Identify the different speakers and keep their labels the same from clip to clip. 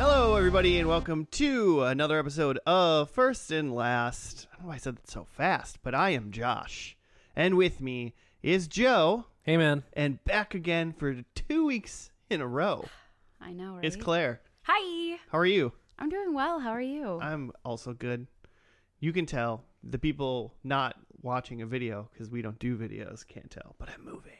Speaker 1: everybody, and welcome to another episode of First and Last. I don't know why I said that so fast, but I am Josh, and with me is Joe,
Speaker 2: Hey, man.
Speaker 1: and back again for two weeks in a row
Speaker 3: I know, right?
Speaker 1: is Claire.
Speaker 3: Hi,
Speaker 1: How are you?
Speaker 3: I'm doing well. How are you?
Speaker 2: Uh,
Speaker 1: I'm also good. You can tell the people not watching a video because we don't do videos can't tell, but I'm moving,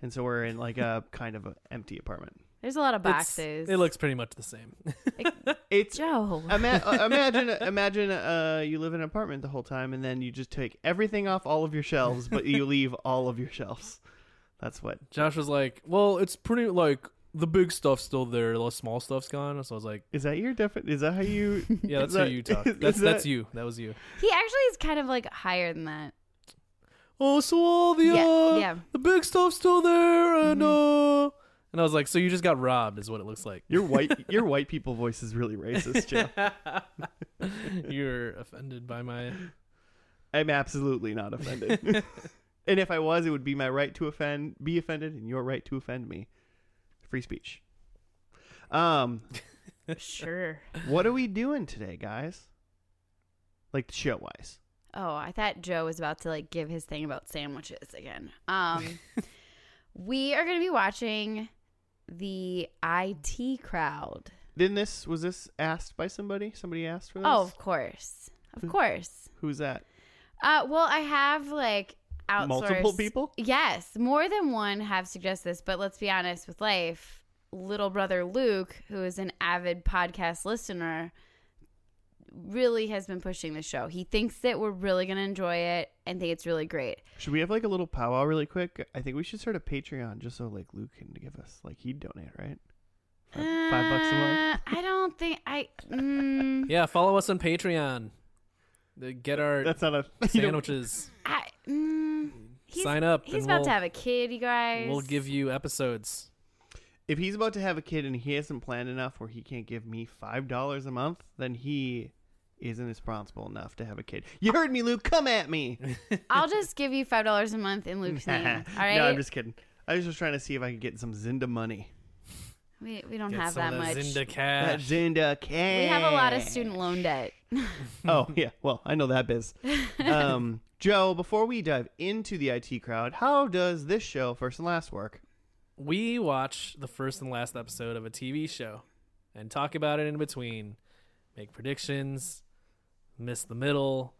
Speaker 1: and so we're in like a kind of a empty apartment.
Speaker 3: There's a lot of
Speaker 2: It's-
Speaker 3: boxes.
Speaker 2: It looks pretty much the same.
Speaker 1: It's
Speaker 3: Joe.
Speaker 1: Ima- uh, imagine imagine uh, you live in an apartment the whole time and then you just take everything off all of your shelves but you leave all of your shelves that's what
Speaker 2: Josh was like, "Well, it's pretty like the big stuff's still there, the small stuff's gone." So I was like,
Speaker 1: is that your different is that how you
Speaker 2: "Yeah, that's
Speaker 1: Is that-
Speaker 2: how you talk.
Speaker 1: is
Speaker 2: That's
Speaker 1: that-
Speaker 2: that's you. That was you."
Speaker 3: he actually is kind of like higher than that.
Speaker 2: Oh, so all the
Speaker 3: Yeah,
Speaker 2: uh,
Speaker 3: yeah.
Speaker 2: the big stuff's still there, and uh, and I was like, "So you just got robbed?" Is what it looks like.
Speaker 1: your white your white people voice is really racist Joe.
Speaker 2: You're offended by my.
Speaker 1: i'm absolutely not offended and if i was it would be my right to offend be offended and your right to offend me free speech um
Speaker 3: Sure.
Speaker 1: what are we doing today guys like show wise
Speaker 3: Oh, I thought Joe was about to like give his thing about sandwiches again. Um, we are going to be watching the IT crowd.
Speaker 1: then this was this asked by somebody somebody asked for this
Speaker 3: Oh, of course.
Speaker 2: Hmm.
Speaker 3: Of course.
Speaker 1: Who's that?
Speaker 3: Uh, well, I have like outsourced
Speaker 1: Multiple people?
Speaker 3: Yes, more than one have suggested this, but let's be honest with life. Little brother Luke, who is an avid podcast listener, really has been pushing the show. He thinks that we're really going to enjoy it and think it's really great.
Speaker 1: Should we have like a little powwow really quick? I think we should start a Patreon just so like Luke can give us like he'd donate, right? Five, five bucks a month.
Speaker 3: Uh, I don't think I. Mm,
Speaker 2: Yeah, follow us on Patreon. The- Get our
Speaker 1: That's not a you don't-
Speaker 2: sandwiches.
Speaker 3: I mm, he's,
Speaker 2: Sign up.
Speaker 3: He's
Speaker 2: and
Speaker 3: about
Speaker 2: we'll,
Speaker 3: to have a kid, you guys.
Speaker 2: We'll give you episodes.
Speaker 1: If he's about to have a kid and he hasn't planned enough where he can't give me five dollars a month, then he isn't responsible enough to have a kid. You heard me, Luke. Come at me.
Speaker 3: I'll just give you five dollars a month in Luke's name. All right.
Speaker 1: No, I'm just kidding. I was just trying to see if I could get some Zinda money.
Speaker 3: we, we don't
Speaker 2: Get
Speaker 3: have
Speaker 2: some
Speaker 3: that
Speaker 2: of
Speaker 3: much.
Speaker 2: Zinda
Speaker 1: That
Speaker 2: cash.
Speaker 1: Zinda can.
Speaker 3: We have a lot of student loan debt.
Speaker 1: oh yeah well i know that biz um, joe before we dive into the it crowd how does this show first and last work
Speaker 2: we watch the first and last episode of a TV show and talk about it in between, make predictions, miss the middle,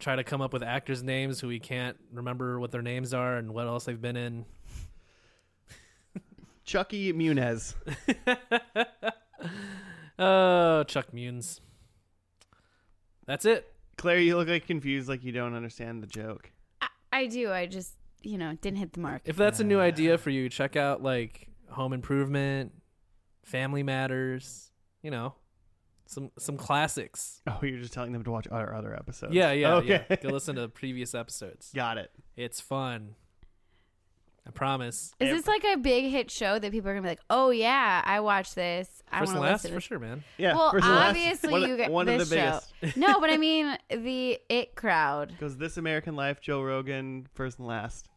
Speaker 2: try to come up with actors' names who we can't remember what their names are and what else they've been in.
Speaker 1: chucky munez
Speaker 2: Oh, Chuck Munes. That's it.
Speaker 1: claire you look like confused like you don't understand the joke
Speaker 3: I, I do. I just, you know, didn't hit the mark.
Speaker 2: If that's a new idea for you, check out like Home Improvement, Family Matters, you know, some some classics.
Speaker 1: oh you're just telling them to watch our other episodes
Speaker 2: Yeah, yeah,
Speaker 1: okay
Speaker 2: yeah. Go listen to previous episodes.
Speaker 1: got it
Speaker 2: It's fun. I promise.
Speaker 3: Is this like a big hit show that people are gonna be like, "Oh yeah, I watched this. I
Speaker 2: First
Speaker 3: want
Speaker 2: and
Speaker 3: to
Speaker 2: last,
Speaker 3: listen."
Speaker 2: for
Speaker 3: to this."
Speaker 2: sure, man.
Speaker 1: yeah
Speaker 3: Well,
Speaker 1: first and last.
Speaker 3: obviously
Speaker 1: one, of-
Speaker 3: you get
Speaker 1: one
Speaker 3: this
Speaker 1: of the biggest
Speaker 3: show. no, but I mean the it crowd.
Speaker 1: because this american life joe rogan first and last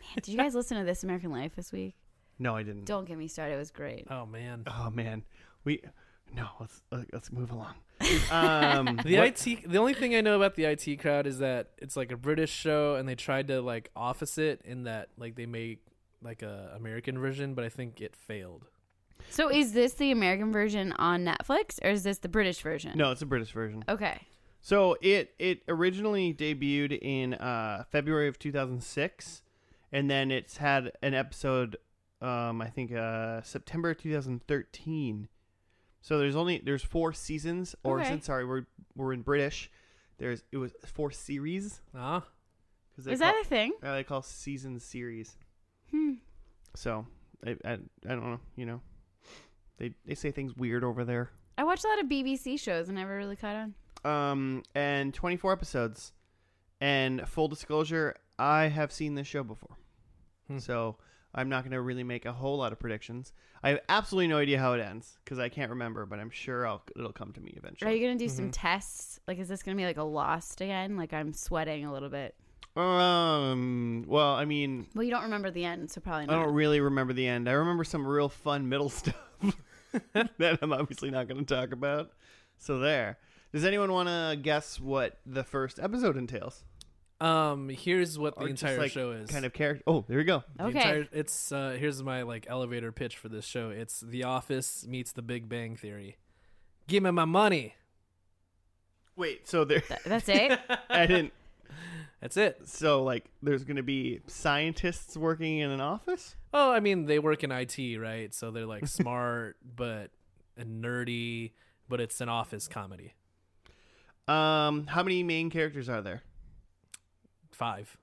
Speaker 3: Man, did you guys listen to This American Life this week?
Speaker 1: no i didn't
Speaker 3: Don't get me started. It was great.
Speaker 2: Oh man,
Speaker 1: oh man we no let's let's move along um
Speaker 2: the
Speaker 1: what-
Speaker 2: IT. The only thing I know about the IT crowd is that it's like a British show, and they tried to like office it in that like they made like a American version, but I think it failed.
Speaker 3: So is this the American version on Netflix or is this the British version?
Speaker 1: no it's a british version
Speaker 3: Okay.
Speaker 1: So it it originally debuted in uh, February of 2006, and then it's had an episode, um, I think uh, September 2013. So there's only there's four seasons, or
Speaker 3: Okay.
Speaker 1: since sorry we're we're in British, there's it was four series
Speaker 2: Ah,
Speaker 1: because
Speaker 3: Is that a thing?
Speaker 1: uh, they call season series.
Speaker 3: Hmm.
Speaker 1: So I, I I don't know you know they they say things weird over there.
Speaker 3: I watched a lot of BBC shows and never really caught on.
Speaker 1: um, and 24 episodes. And full disclosure, I have seen this show before.
Speaker 2: Hmm.
Speaker 1: So I'm not going to really make a whole lot of predictions. I have absolutely no idea how it ends because I can't remember, but I'm sure I'll, it'll come to me
Speaker 3: Are
Speaker 1: eventually.
Speaker 3: you gonna do
Speaker 1: Mm-hmm.
Speaker 3: some tests? Like, is this gonna be like a Lost again? Like, I'm sweating a little bit.
Speaker 1: Um, well, I mean,
Speaker 3: Well, you don't remember the end, so probably
Speaker 1: I
Speaker 3: not.
Speaker 1: don't really remember the end. I remember some real fun middle stuff. that I'm obviously not going to talk about. So there. Does anyone want to guess what the first episode entails?
Speaker 2: Um, here's what the
Speaker 1: Or just,
Speaker 2: entire
Speaker 1: like,
Speaker 2: show is.
Speaker 1: Kind of character. Oh, there we go.
Speaker 2: The
Speaker 3: Okay.
Speaker 2: entire- it's uh, here's my like elevator pitch for this show. It's The Office meets The Big Bang Theory. Give me my money.
Speaker 1: Wait. So there.
Speaker 3: Th- that's it.
Speaker 1: I didn't.
Speaker 2: That's it.
Speaker 1: So like, there's going to be scientists working in an office.
Speaker 2: Oh, I mean, they work in IT, right? So they're like smart but and nerdy, but it's an office comedy.
Speaker 1: Um, how many main characters are there?
Speaker 2: Five.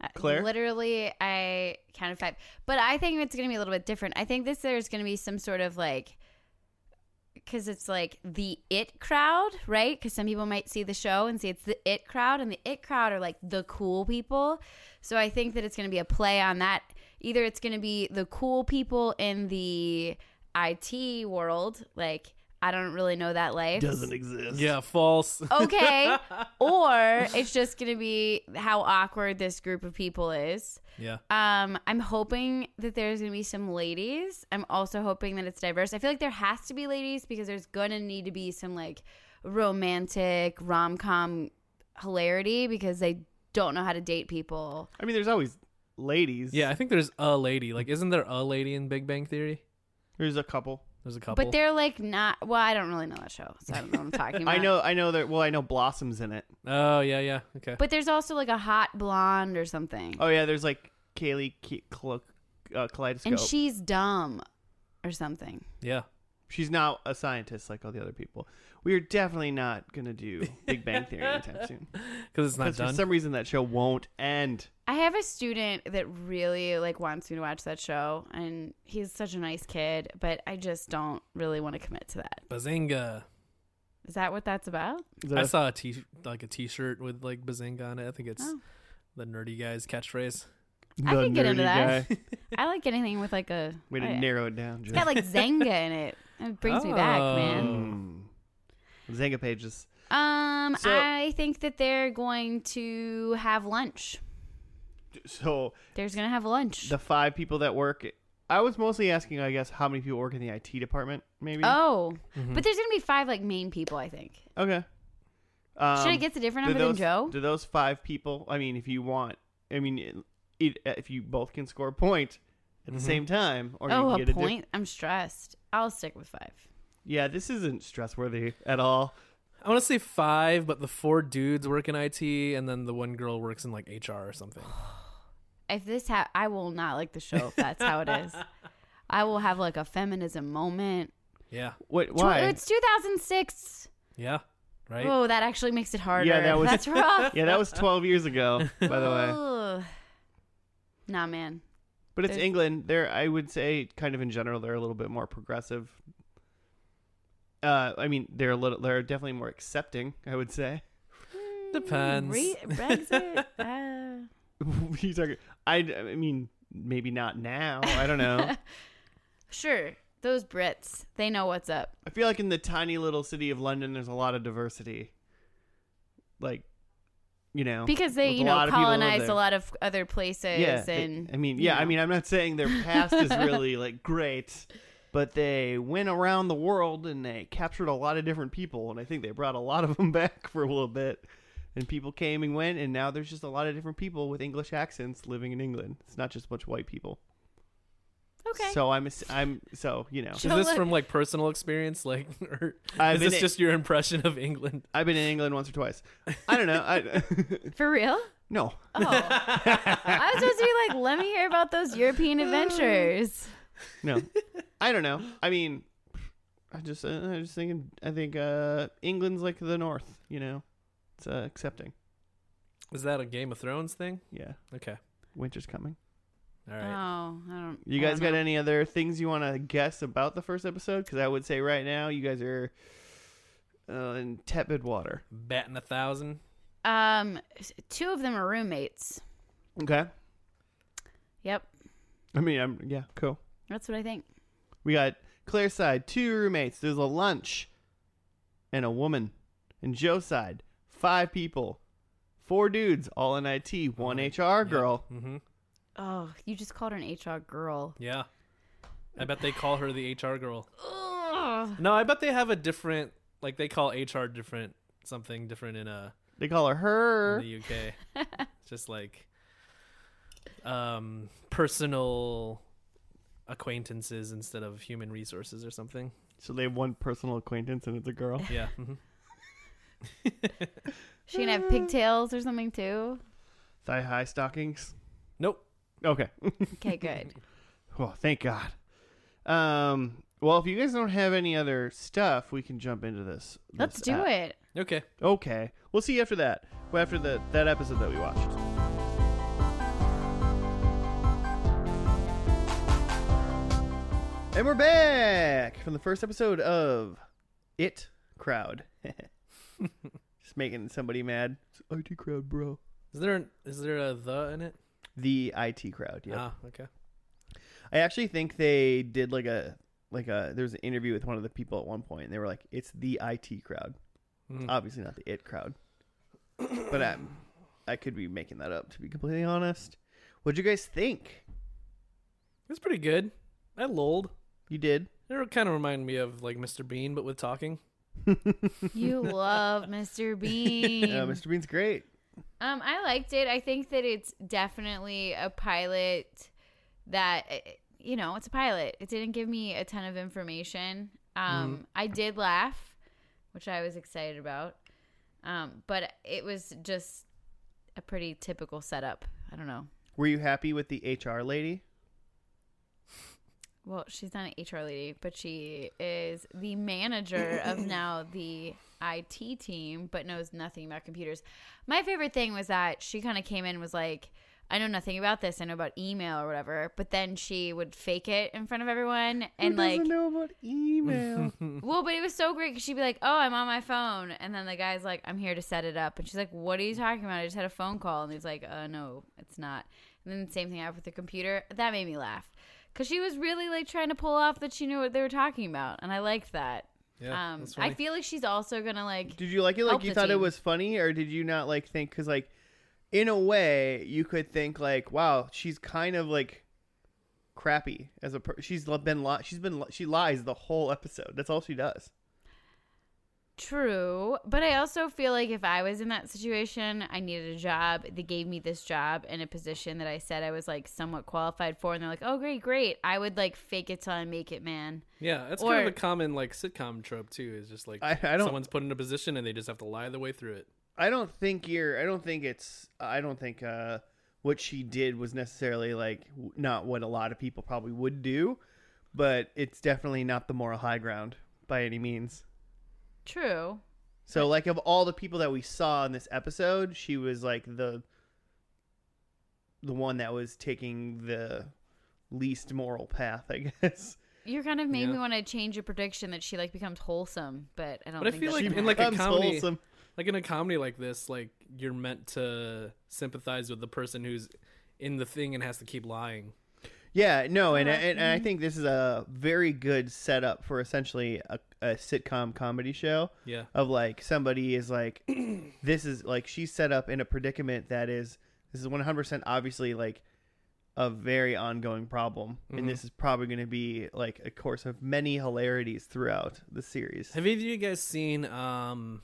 Speaker 3: Uh,
Speaker 1: Claire?
Speaker 3: Literally, I counted five. But I think it's going to be a little bit different. I think this there's going to be some sort of like, because it's like the it crowd, right? Because some people might see the show and see it's the it crowd, and the it crowd are like the cool people. So I think that it's going to be a play on that. Either it's going to be the cool people in the IT world, like I don't really know that life.
Speaker 1: Doesn't exist.
Speaker 2: Yeah, false.
Speaker 3: Oh. Okay. or it's just going to be how awkward this group of people is.
Speaker 2: Yeah.
Speaker 3: Um, I'm hoping that there's gonna be some ladies. I'm also hoping that it's diverse. I feel like there has to be ladies because there's gonna need to be some like romantic rom com hilarity because they don't know how to date people.
Speaker 1: I mean, there's always ladies.
Speaker 2: Yeah, I think there's a lady. Like, isn't there a lady in Big Bang Theory?
Speaker 1: There's a couple.
Speaker 2: There's a couple.
Speaker 3: But they're like not. Well, I don't really know that show, so I don't know what I'm talking about.
Speaker 1: I know. I know that. Well, I know Blossom's in it.
Speaker 2: oh, yeah, yeah. Okay.
Speaker 3: But there's also like a hot blonde or something,
Speaker 1: Oh yeah. There's like Kaylee Ke- Clo- uh, Kaleidoscope.
Speaker 3: and she's dumb or something.
Speaker 2: yeah.
Speaker 1: She's not a scientist like all the other people. We're definitely not gonna do Big Bang Theory anytime soon.
Speaker 2: Because it's not
Speaker 1: Because for
Speaker 2: done.
Speaker 1: some reason that show won't end.
Speaker 3: I have a student that really like wants me to watch that show and he's such a nice kid, but I just don't really want to commit to that.
Speaker 2: Bazinga.
Speaker 3: Is that what that's about?
Speaker 2: I saw a t like a t-shirt with like Bazinga on it. I think it's
Speaker 3: Oh.
Speaker 2: the nerdy guy's catchphrase.
Speaker 3: I
Speaker 1: The
Speaker 3: can get into
Speaker 1: nerdy
Speaker 3: that. Oh,
Speaker 1: guy.
Speaker 3: I like anything with like a
Speaker 1: Way to Oh.
Speaker 3: I-
Speaker 1: narrow it down,
Speaker 3: It's
Speaker 1: Joe.
Speaker 3: got like Zenga in it. It brings me back, man.
Speaker 1: Mm.
Speaker 2: Oh.
Speaker 1: Zanga pages.
Speaker 3: Um
Speaker 1: So-
Speaker 3: I think that they're going to have lunch.
Speaker 1: So
Speaker 3: There's gonna have lunch.
Speaker 1: the five people that work. I was mostly asking, I guess, how many people work in the IT department, maybe.
Speaker 3: oh.
Speaker 1: Hmm.
Speaker 2: Mm-hmm.
Speaker 3: But there's gonna be five like main people, I think.
Speaker 1: Okay. Um,
Speaker 3: Should I get the different
Speaker 1: do
Speaker 3: number
Speaker 1: those-
Speaker 3: than Joe?
Speaker 1: Do those five people? I mean, if you want, I mean, it, it, uh, if you both can score a point at the same time, or
Speaker 3: oh,
Speaker 1: you can
Speaker 3: a
Speaker 1: get diff-
Speaker 3: point? I'm stressed. I'll stick with five.
Speaker 1: yeah, this isn't stress worthy at all.
Speaker 2: I want to say five, but the four dudes work in IT, and then the one girl works in like HR or something.
Speaker 3: if this ha- I will not like the show if that's how it is. I will have like a feminism moment.
Speaker 2: Yeah,
Speaker 1: What?
Speaker 3: Tw-
Speaker 1: Why?
Speaker 3: It's 2006.
Speaker 2: yeah, right.
Speaker 3: Oh, that actually makes it harder.
Speaker 1: Yeah, that was-
Speaker 3: that's rough.
Speaker 1: yeah, that was 12 years ago, by the way.
Speaker 3: Ugh. Nah, man.
Speaker 1: But it's
Speaker 3: There's-
Speaker 1: England. They're, I would say, kind of in general, they're a little bit more progressive. Uh, I mean, they're a little, they're definitely more accepting. I would say.
Speaker 2: Depends.
Speaker 3: Re- Brexit. uh,
Speaker 1: What are you talking- I, I mean, maybe not now. I don't know.
Speaker 3: sure, those Brits, they know what's up.
Speaker 1: I feel like in the tiny little city of London, there's a lot of diversity. Like, you know,
Speaker 3: Because they,
Speaker 1: with
Speaker 3: you
Speaker 1: a lot of
Speaker 3: know,
Speaker 1: people live
Speaker 3: colonized
Speaker 1: there.
Speaker 3: a lot of other places
Speaker 1: yeah. they-
Speaker 3: and
Speaker 1: I mean,
Speaker 3: you
Speaker 1: yeah, I
Speaker 3: know.
Speaker 1: mean, I'm not saying their past is really like great, but they went around the world and they captured a lot of different people, and I think they brought a lot of them back for a little bit. And people came and went, and now there's just a lot of different people with English accents living in England. It's not just a bunch of white people.
Speaker 3: Okay.
Speaker 1: So I'm, ass- I'm, so you know,
Speaker 2: Is
Speaker 3: Joe,
Speaker 2: this
Speaker 3: look-
Speaker 2: from like personal experience, like, or
Speaker 1: I've
Speaker 2: is
Speaker 1: been
Speaker 2: this
Speaker 1: in-
Speaker 2: just your impression of England?
Speaker 1: I've been in England once or twice. I don't know. I
Speaker 3: For real?
Speaker 1: no.
Speaker 3: Oh. I was supposed to be like, let me hear about those European adventures.
Speaker 1: No, I don't know. I mean, I just uh, I just thinking. I think uh, England's like the North. You know, it's uh, accepting.
Speaker 2: Is that a Game of Thrones thing?
Speaker 1: Yeah,
Speaker 2: Okay,
Speaker 1: winter's coming.
Speaker 2: all right.
Speaker 3: Oh, I don't.
Speaker 1: You
Speaker 3: I
Speaker 1: guys
Speaker 3: don't know.
Speaker 1: got any other things you want to guess about the first episode? Because I would say right now you guys are uh, in tepid water.
Speaker 2: Batting a thousand.
Speaker 3: Um, s- two of them are roommates.
Speaker 1: Okay.
Speaker 3: Yep,
Speaker 1: I mean, I'm yeah, cool.
Speaker 3: that's what I think.
Speaker 1: We got Claire's side, two roommates. There's a lunch and a woman. And Joe's side, five people, four dudes, all in IT, one HR girl.
Speaker 2: Mm-hmm.
Speaker 3: Oh, you just called her an HR girl.
Speaker 2: Yeah. I bet they call her the HR girl.
Speaker 3: Ugh.
Speaker 2: No, I bet they have a different like they call HR different something different in uh
Speaker 1: They call her her.
Speaker 2: in the UK. it's just like um personal acquaintances instead of human resources or something.
Speaker 1: So they have one personal acquaintance and it's a girl.
Speaker 2: Yeah. mhm.
Speaker 3: She can have pigtails or something too.
Speaker 1: Thigh high stockings.
Speaker 2: Nope.
Speaker 1: Okay.
Speaker 3: Okay, good.
Speaker 1: Oh, thank God. Um. Well, if you guys don't have any other stuff, we can jump into this. this
Speaker 3: Let's do
Speaker 1: app.
Speaker 3: it.
Speaker 2: Okay.
Speaker 1: Okay. We'll see you after that. Well, after the that episode that we watched. And we're back from the first episode of It Crowd. Just making somebody mad. It's IT Crowd, bro.
Speaker 2: Is there an, is there a the in it?
Speaker 1: The IT Crowd. Yeah.
Speaker 2: Ah, okay.
Speaker 1: I actually think they did like a like a there was an interview with one of the people at one point and they were like it's the IT crowd.
Speaker 2: Mm.
Speaker 1: Obviously not the it crowd. But I I could be making that up to be completely honest. What'd you guys think?
Speaker 2: It's pretty good. I lolled.
Speaker 1: You did.
Speaker 2: It kind of reminded me of like Mr. Bean, but with talking.
Speaker 3: You love Mr. Bean.
Speaker 1: Uh, Mr. Bean's great.
Speaker 3: Um, I liked it. I think that it's definitely a pilot that eh, you know, it's a pilot. It didn't give me a ton of information. Um, I did laugh, which I was excited about. Um, but it was just a pretty typical setup. I don't know.
Speaker 1: Were you happy with the HR lady?
Speaker 3: Well, she's not an HR lady, but she is the manager of now the IT team, but knows nothing about computers. My favorite thing was that she kind of came in and was like, I know nothing about this. I know about email or whatever. But then she would fake it in front of everyone and
Speaker 1: Who
Speaker 3: like
Speaker 1: doesn't know about email?
Speaker 3: well, but it was so great because she'd be like, "Oh, I'm on my phone," and then the guy's like, "I'm here to set it up," and she's like, "What are you talking about? I just had a phone call," and he's like, "Uh, no, it's not." And then the same thing happened with the computer. That made me laugh because she was really like trying to pull off that she knew what they were talking about, and I liked that.
Speaker 2: Yeah.
Speaker 3: um,
Speaker 2: that's
Speaker 3: I
Speaker 2: funny.
Speaker 3: feel like she's also gonna like.
Speaker 1: Did you like it? Like
Speaker 3: Help
Speaker 1: you
Speaker 3: the
Speaker 1: thought it
Speaker 3: team.
Speaker 1: was funny, or did you not like think? Because like, in a way, you could think like, wow, she's kind of like crappy as a per- she's li- been li- she's been li- she lies the whole episode. That's all she does.
Speaker 3: True, but I also feel like if I was in that situation, I needed a job. They gave me this job in a position that I said I was like somewhat qualified for, and they're like, "Oh, great, great." I would like fake it till I make it, man.
Speaker 2: yeah, that's
Speaker 3: or-
Speaker 2: kind of a common like sitcom trope too. Is just like
Speaker 1: I- I don't-
Speaker 2: someone's put in a position and they just have to lie their way through it.
Speaker 1: I don't think you're. I don't think it's. I don't think uh, what she did was necessarily like w- not what a lot of people probably would do, but it's definitely not the moral high ground by any means.
Speaker 3: True.
Speaker 1: So like of all the people that we saw in this episode, she was like the the one that was taking the least moral path, I guess.
Speaker 3: You're kind of made me
Speaker 2: Yeah.
Speaker 3: want to change a prediction that she like becomes wholesome, but I don't.
Speaker 2: But I
Speaker 3: think
Speaker 2: feel
Speaker 3: that's
Speaker 2: like
Speaker 3: gonna
Speaker 2: in like a
Speaker 1: Becomes
Speaker 2: comedy,
Speaker 1: wholesome.
Speaker 2: like in a comedy like this, like you're meant to sympathize with the person who's in the thing and has to keep lying.
Speaker 1: Yeah, no, and,
Speaker 3: Yeah,
Speaker 1: and and I think this is a very good setup for essentially a, a sitcom comedy show.
Speaker 2: Yeah.
Speaker 1: of like somebody is like this is like she's set up in a predicament that is this is 100% obviously like a very ongoing problem
Speaker 2: Mm-hmm.
Speaker 1: and this is probably going to be like a course of many hilarities throughout the series
Speaker 2: Have either of you guys seen um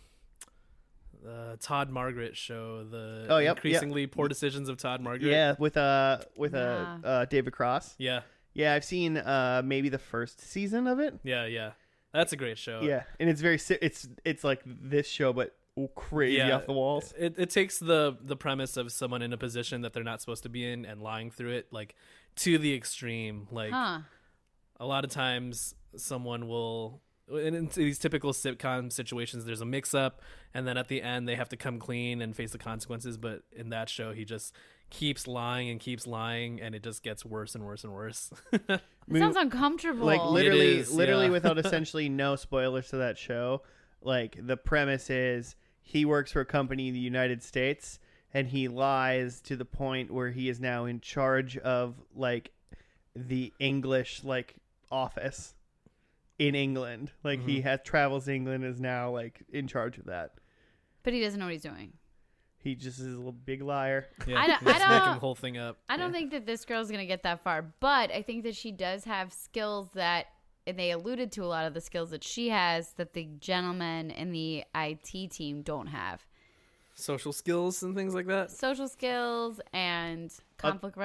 Speaker 2: the Todd Margaret show? The
Speaker 1: Oh, yep, yeah.
Speaker 2: increasingly poor decisions of Todd Margaret.
Speaker 1: yeah with uh with uh,
Speaker 3: Nah.
Speaker 1: uh david cross
Speaker 2: Yeah.
Speaker 1: yeah i've seen uh maybe the first season of it
Speaker 2: Yeah. Yeah. That's a great show.
Speaker 1: yeah and it's very si- it's it's like this show but crazy
Speaker 2: Yeah.
Speaker 1: off the walls
Speaker 2: It, it takes the the premise of someone in a position that they're not supposed to be in and lying through it like to the extreme. Like
Speaker 3: Huh.
Speaker 2: a lot of times someone will and in these typical sitcom situations there's a mix up and then at the end they have to come clean and face the consequences but in that show he just keeps lying and keeps lying and it just gets worse and worse and worse
Speaker 3: It sounds uncomfortable.
Speaker 1: like literally
Speaker 2: is,
Speaker 1: literally
Speaker 2: yeah.
Speaker 1: without essentially no spoilers to that show like the premise is he works for a company in the united states and he lies to the point where he is now in charge of like the english like office in england like
Speaker 2: Mm-hmm.
Speaker 1: he has travels to england and is now like in charge of that
Speaker 3: but he doesn't know what he's doing.
Speaker 1: He just is a little big liar.
Speaker 2: Yeah,
Speaker 3: I don't-
Speaker 2: just
Speaker 3: I
Speaker 2: making
Speaker 3: don't-
Speaker 2: the whole thing up.
Speaker 3: I don't think that this girl's going to get that far, but I think that she does have skills that, and they alluded to a lot of the skills that she has that the gentlemen in the IT team don't have
Speaker 2: social skills and things like that.
Speaker 3: social skills and conflict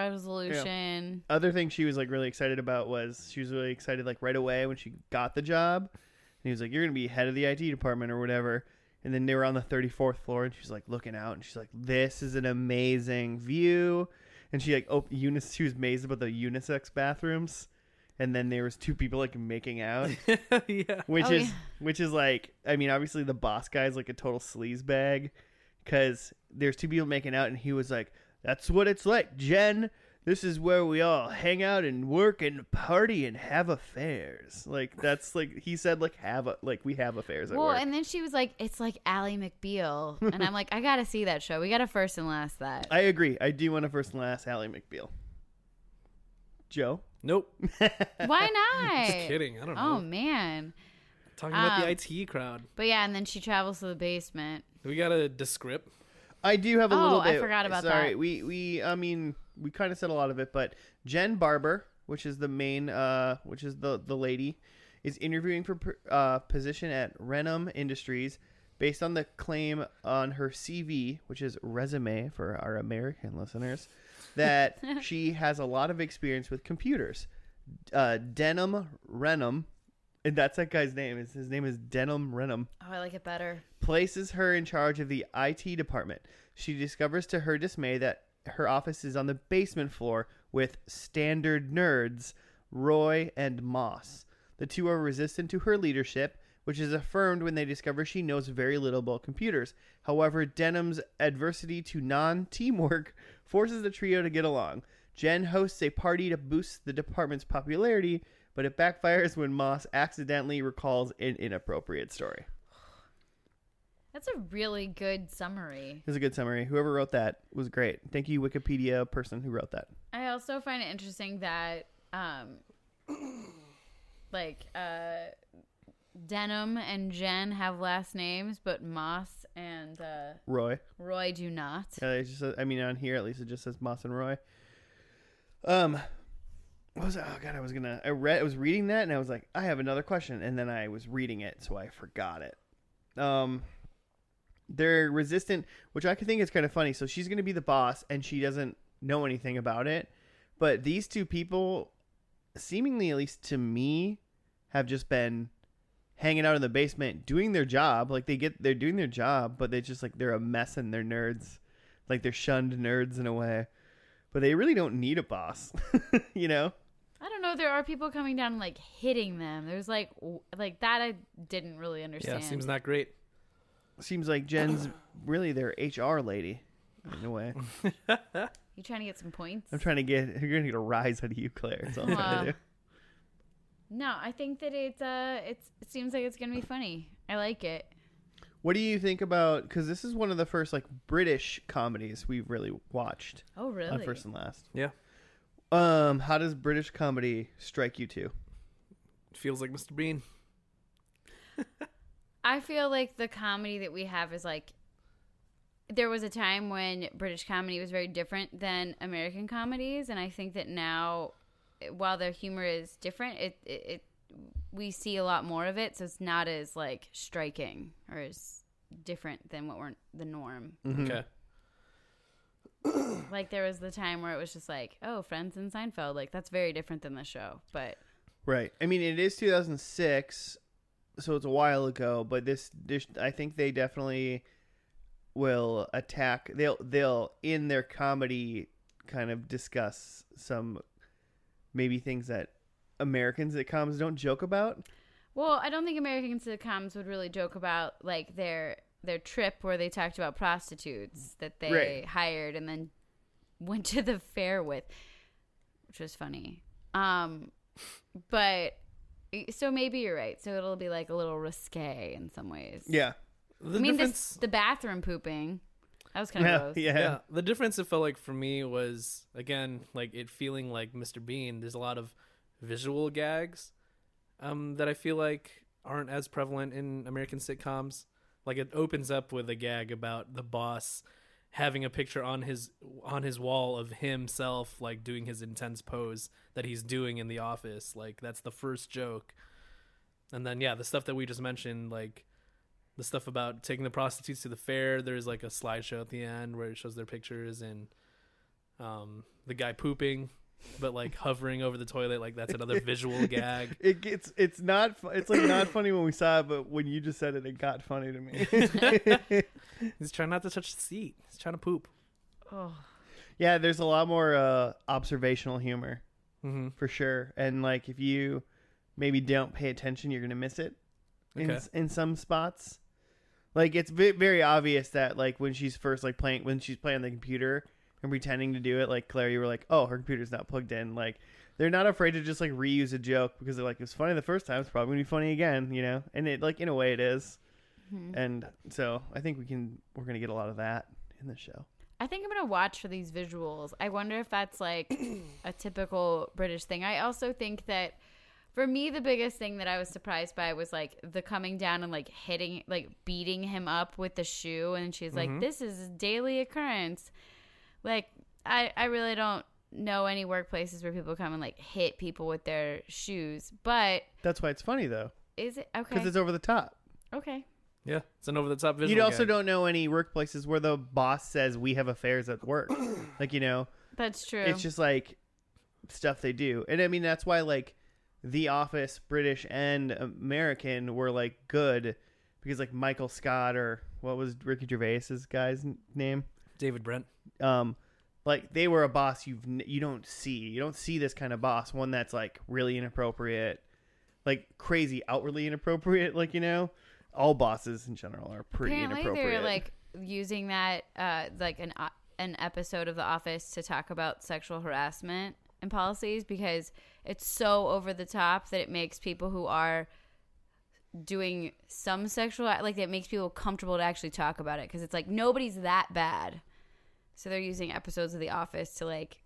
Speaker 3: resolution.
Speaker 1: Other thing she was like really excited about was she was really excited like right away when she got the job. And he was like, "You're gonna be head of the IT department or whatever." And then they were on the 34th floor, and she's like looking out, and she's like, "This is an amazing view." And she like, oh, unis- she was amazed about the unisex bathrooms. And then there was two people like making out.
Speaker 2: yeah.
Speaker 1: which
Speaker 3: Oh,
Speaker 1: is
Speaker 3: yeah.
Speaker 1: which is like I mean obviously the boss guy is like a total sleaze bag because there's two people making out and he was like that's what it's like Jen this is where we all hang out and work and party and have affairs like that's like he said like have a like we have affairs at
Speaker 3: Well,
Speaker 1: work.
Speaker 3: and then she was like, "It's like Ally McBeal," and I'm like, "I gotta see that show. We gotta first and last that."
Speaker 1: I agree I do want to first and last Allie McBeal Joe
Speaker 2: Nope.
Speaker 3: Why not?
Speaker 2: Just kidding. I don't know.
Speaker 3: Oh man,
Speaker 2: Talking about
Speaker 3: um,
Speaker 2: the IT crowd.
Speaker 3: but yeah, and then she travels to the basement.
Speaker 2: We got a descript.
Speaker 1: I do have a
Speaker 3: Oh,
Speaker 1: little
Speaker 3: I
Speaker 1: bit.
Speaker 3: forgot about
Speaker 1: sorry,
Speaker 3: that.
Speaker 1: we we I mean we kind of said a lot of it, but Jen Barber, which is the main, uh, which is the the lady, is interviewing for pr- uh, position at Renum Industries, based on the claim on her CV, which is resume for our American listeners, that she has a lot of experience with computers. Uh, Denham Renum, and that's that guy's name. His, his name is Denham Renum
Speaker 3: Oh, I like it better.
Speaker 1: places her in charge of the IT department. She discovers to her dismay that her office is on the basement floor with standard nerds, Roy and Moss. The two are resistant to her leadership, which is affirmed when they discover she knows very little about computers. However, Denham's adversity to non teamwork forces the trio to get along. Jen hosts a party to boost the department's popularity, but it backfires when Moss accidentally recalls an inappropriate story.
Speaker 3: That's a really good summary.
Speaker 1: This is a good summary. Whoever wrote that was great. Thank you, Wikipedia person who wrote that.
Speaker 3: I also find it interesting that, um, like, uh, Denim and Jen have last names, but Moss and uh,
Speaker 1: Roy.
Speaker 3: Roy do not.
Speaker 1: Uh, it just, I mean, on here at least it just says Moss and Roy. Um, what was oh god, I was gonna I read I was reading that and I was like I have another question and then I was reading it so I forgot it. Um, they're resistant, which I could think is kind of funny. So she's gonna be the boss and she doesn't know anything about it, but these two people, seemingly at least to me, have just been hanging out in the basement doing their job like they get they're doing their job but they just like they're a mess and they're nerds like they're shunned nerds in a way but they really don't need a boss you know
Speaker 3: I don't know. There are people coming down and like hitting them. There's like, w- like that I didn't really
Speaker 2: Yeah,
Speaker 3: understand.
Speaker 2: seems not great.
Speaker 1: seems like jen's really their hr lady in a way
Speaker 3: you trying to get some points?
Speaker 1: i'm trying to get you're gonna get a rise out of you claire that's all i'm trying to
Speaker 3: Wow.
Speaker 1: do
Speaker 3: No, I think that it's uh, it's it seems like it's gonna be funny. I like it.
Speaker 1: what do you think about because this is one of the first like british comedies we've really watched
Speaker 3: Oh
Speaker 1: on
Speaker 3: really?
Speaker 1: first and last
Speaker 2: Yeah.
Speaker 1: um how does british comedy strike you two
Speaker 2: Feels like Mr. Bean.
Speaker 3: I feel like the comedy that we have is like there was a time when British comedy was very different than American comedies, and I think that now, while their humor is different, it it, it we see a lot more of it, so it's not as like striking or as different than what we're the norm.
Speaker 2: Okay.
Speaker 3: Like there was the time where it was just like, oh, Friends and Seinfeld, like that's very different than the show, but
Speaker 1: Right. I mean, it is 2006, so it's a while ago. But this, this I think they definitely will attack. They'll they'll in their comedy kind of discuss some maybe things that Americans that comms don't joke about.
Speaker 3: Well, I don't think American sitcoms would really joke about like their their trip where they talked about prostitutes that they
Speaker 1: Right.
Speaker 3: hired and then went to the fair with, which was funny. Um, but so maybe you're right. So it'll be like a little risque in some ways.
Speaker 1: Yeah.
Speaker 2: The
Speaker 3: I mean,
Speaker 2: difference.
Speaker 3: this, the bathroom pooping that was kind of
Speaker 1: Yeah.
Speaker 3: gross.
Speaker 1: Yeah.
Speaker 2: yeah, the difference it felt like for me was again like it feeling like Mr. Bean. There's a lot of visual gags um, that I feel like aren't as prevalent in American sitcoms. Like it opens up with a gag about the boss having a picture on his on his wall of himself like doing his intense pose that he's doing in the office. Like that's the first joke. And then yeah, the stuff that we just mentioned, like the stuff about taking the prostitutes to the fair. There's like a slideshow at the end where it shows their pictures and um, the guy pooping, but like hovering over the toilet. Like that's another visual gag.
Speaker 1: It gets it's not fu- it's like not funny when we saw it, but when you just said it, it got funny to me.
Speaker 2: He's trying not to touch the seat. He's trying to poop.
Speaker 3: Oh,
Speaker 1: yeah, there's a lot more uh, observational humor
Speaker 2: Mm-hmm.
Speaker 1: for sure, and like if you maybe don't pay attention, you're gonna miss it in
Speaker 2: Okay.
Speaker 1: in some spots. Like it's ve- very obvious that like when she's first like playing when she's playing on the computer and pretending to do it, like Claire, you were like, oh, her computer's not plugged in. Like they're not afraid to just like reuse a joke because they're like, it was funny the first time, it's probably gonna be funny again, you know. And it like in a way it is. And so I think we can we're gonna get a lot of that in the show.
Speaker 3: I think I'm gonna watch for these visuals. I wonder if that's like a typical British thing. I also think that for me, the biggest thing that I was surprised by was like the coming down and like hitting, like beating him up with the shoe, and she's
Speaker 1: Mm-hmm.
Speaker 3: like, "This is a daily occurrence." Like, I I really don't know any workplaces where people come and like hit people with their shoes, but
Speaker 1: That's why it's funny though
Speaker 3: is it
Speaker 1: because
Speaker 3: okay?
Speaker 1: it's over the top.
Speaker 3: okay.
Speaker 2: Yeah, it's an over the top visual.
Speaker 1: you also
Speaker 2: gag.
Speaker 1: don't know any workplaces where the boss says we have affairs at work. like you know,
Speaker 3: That's true.
Speaker 1: it's just like stuff they do and i mean that's why like the office british and american were like good because like michael scott or what was ricky gervais's guy's n- name
Speaker 2: David Brent.
Speaker 1: um like they were a boss you've n- you don't see you don't see this kind of boss one that's like really inappropriate like crazy outwardly inappropriate like you know all bosses in general are pretty
Speaker 3: apparently
Speaker 1: inappropriate
Speaker 3: they're like using that uh, like an o- an episode of The Office to talk about sexual harassment and policies because it's so over the top that it makes people who are doing some sexual act- like it makes people comfortable to actually talk about it because it's like nobody's that bad. So they're using episodes of The Office to like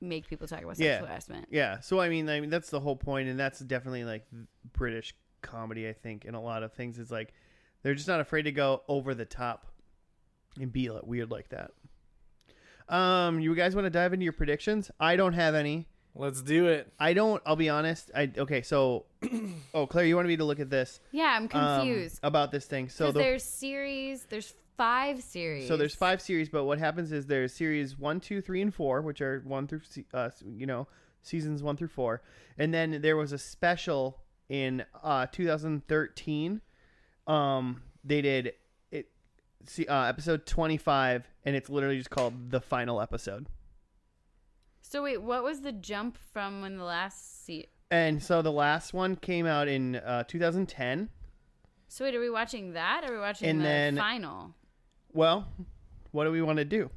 Speaker 3: make people talk about sexual harassment.
Speaker 1: Yeah. So I mean, I mean that's the whole point, and that's definitely like British comedy. I think in a lot of things, it's like they're just not afraid to go over the top and be like weird like that. Um, you guys want to dive into your predictions? I don't have any.
Speaker 2: Let's do it.
Speaker 1: I don't. I'll be honest. I okay. So, oh Claire, you wanted me to look at this
Speaker 3: Yeah, I'm
Speaker 1: um,
Speaker 3: confused.
Speaker 1: about this thing. So
Speaker 3: Because
Speaker 1: the
Speaker 3: there's series, there's five series.
Speaker 1: So there's five series, but what happens is there's series one, two, three, and four, which are one through se- uh, s- you know seasons one through four, and then there was a special in uh, 2013. Um, they did it see uh, episode 25, and it's literally just called the final episode.
Speaker 3: So wait, what was the jump from when the last se-
Speaker 1: And so the last one came out in uh, 2010.
Speaker 3: So wait, are we watching that? Or are we watching
Speaker 1: And
Speaker 3: the
Speaker 1: then-
Speaker 3: final?
Speaker 1: Well, what do we want to do?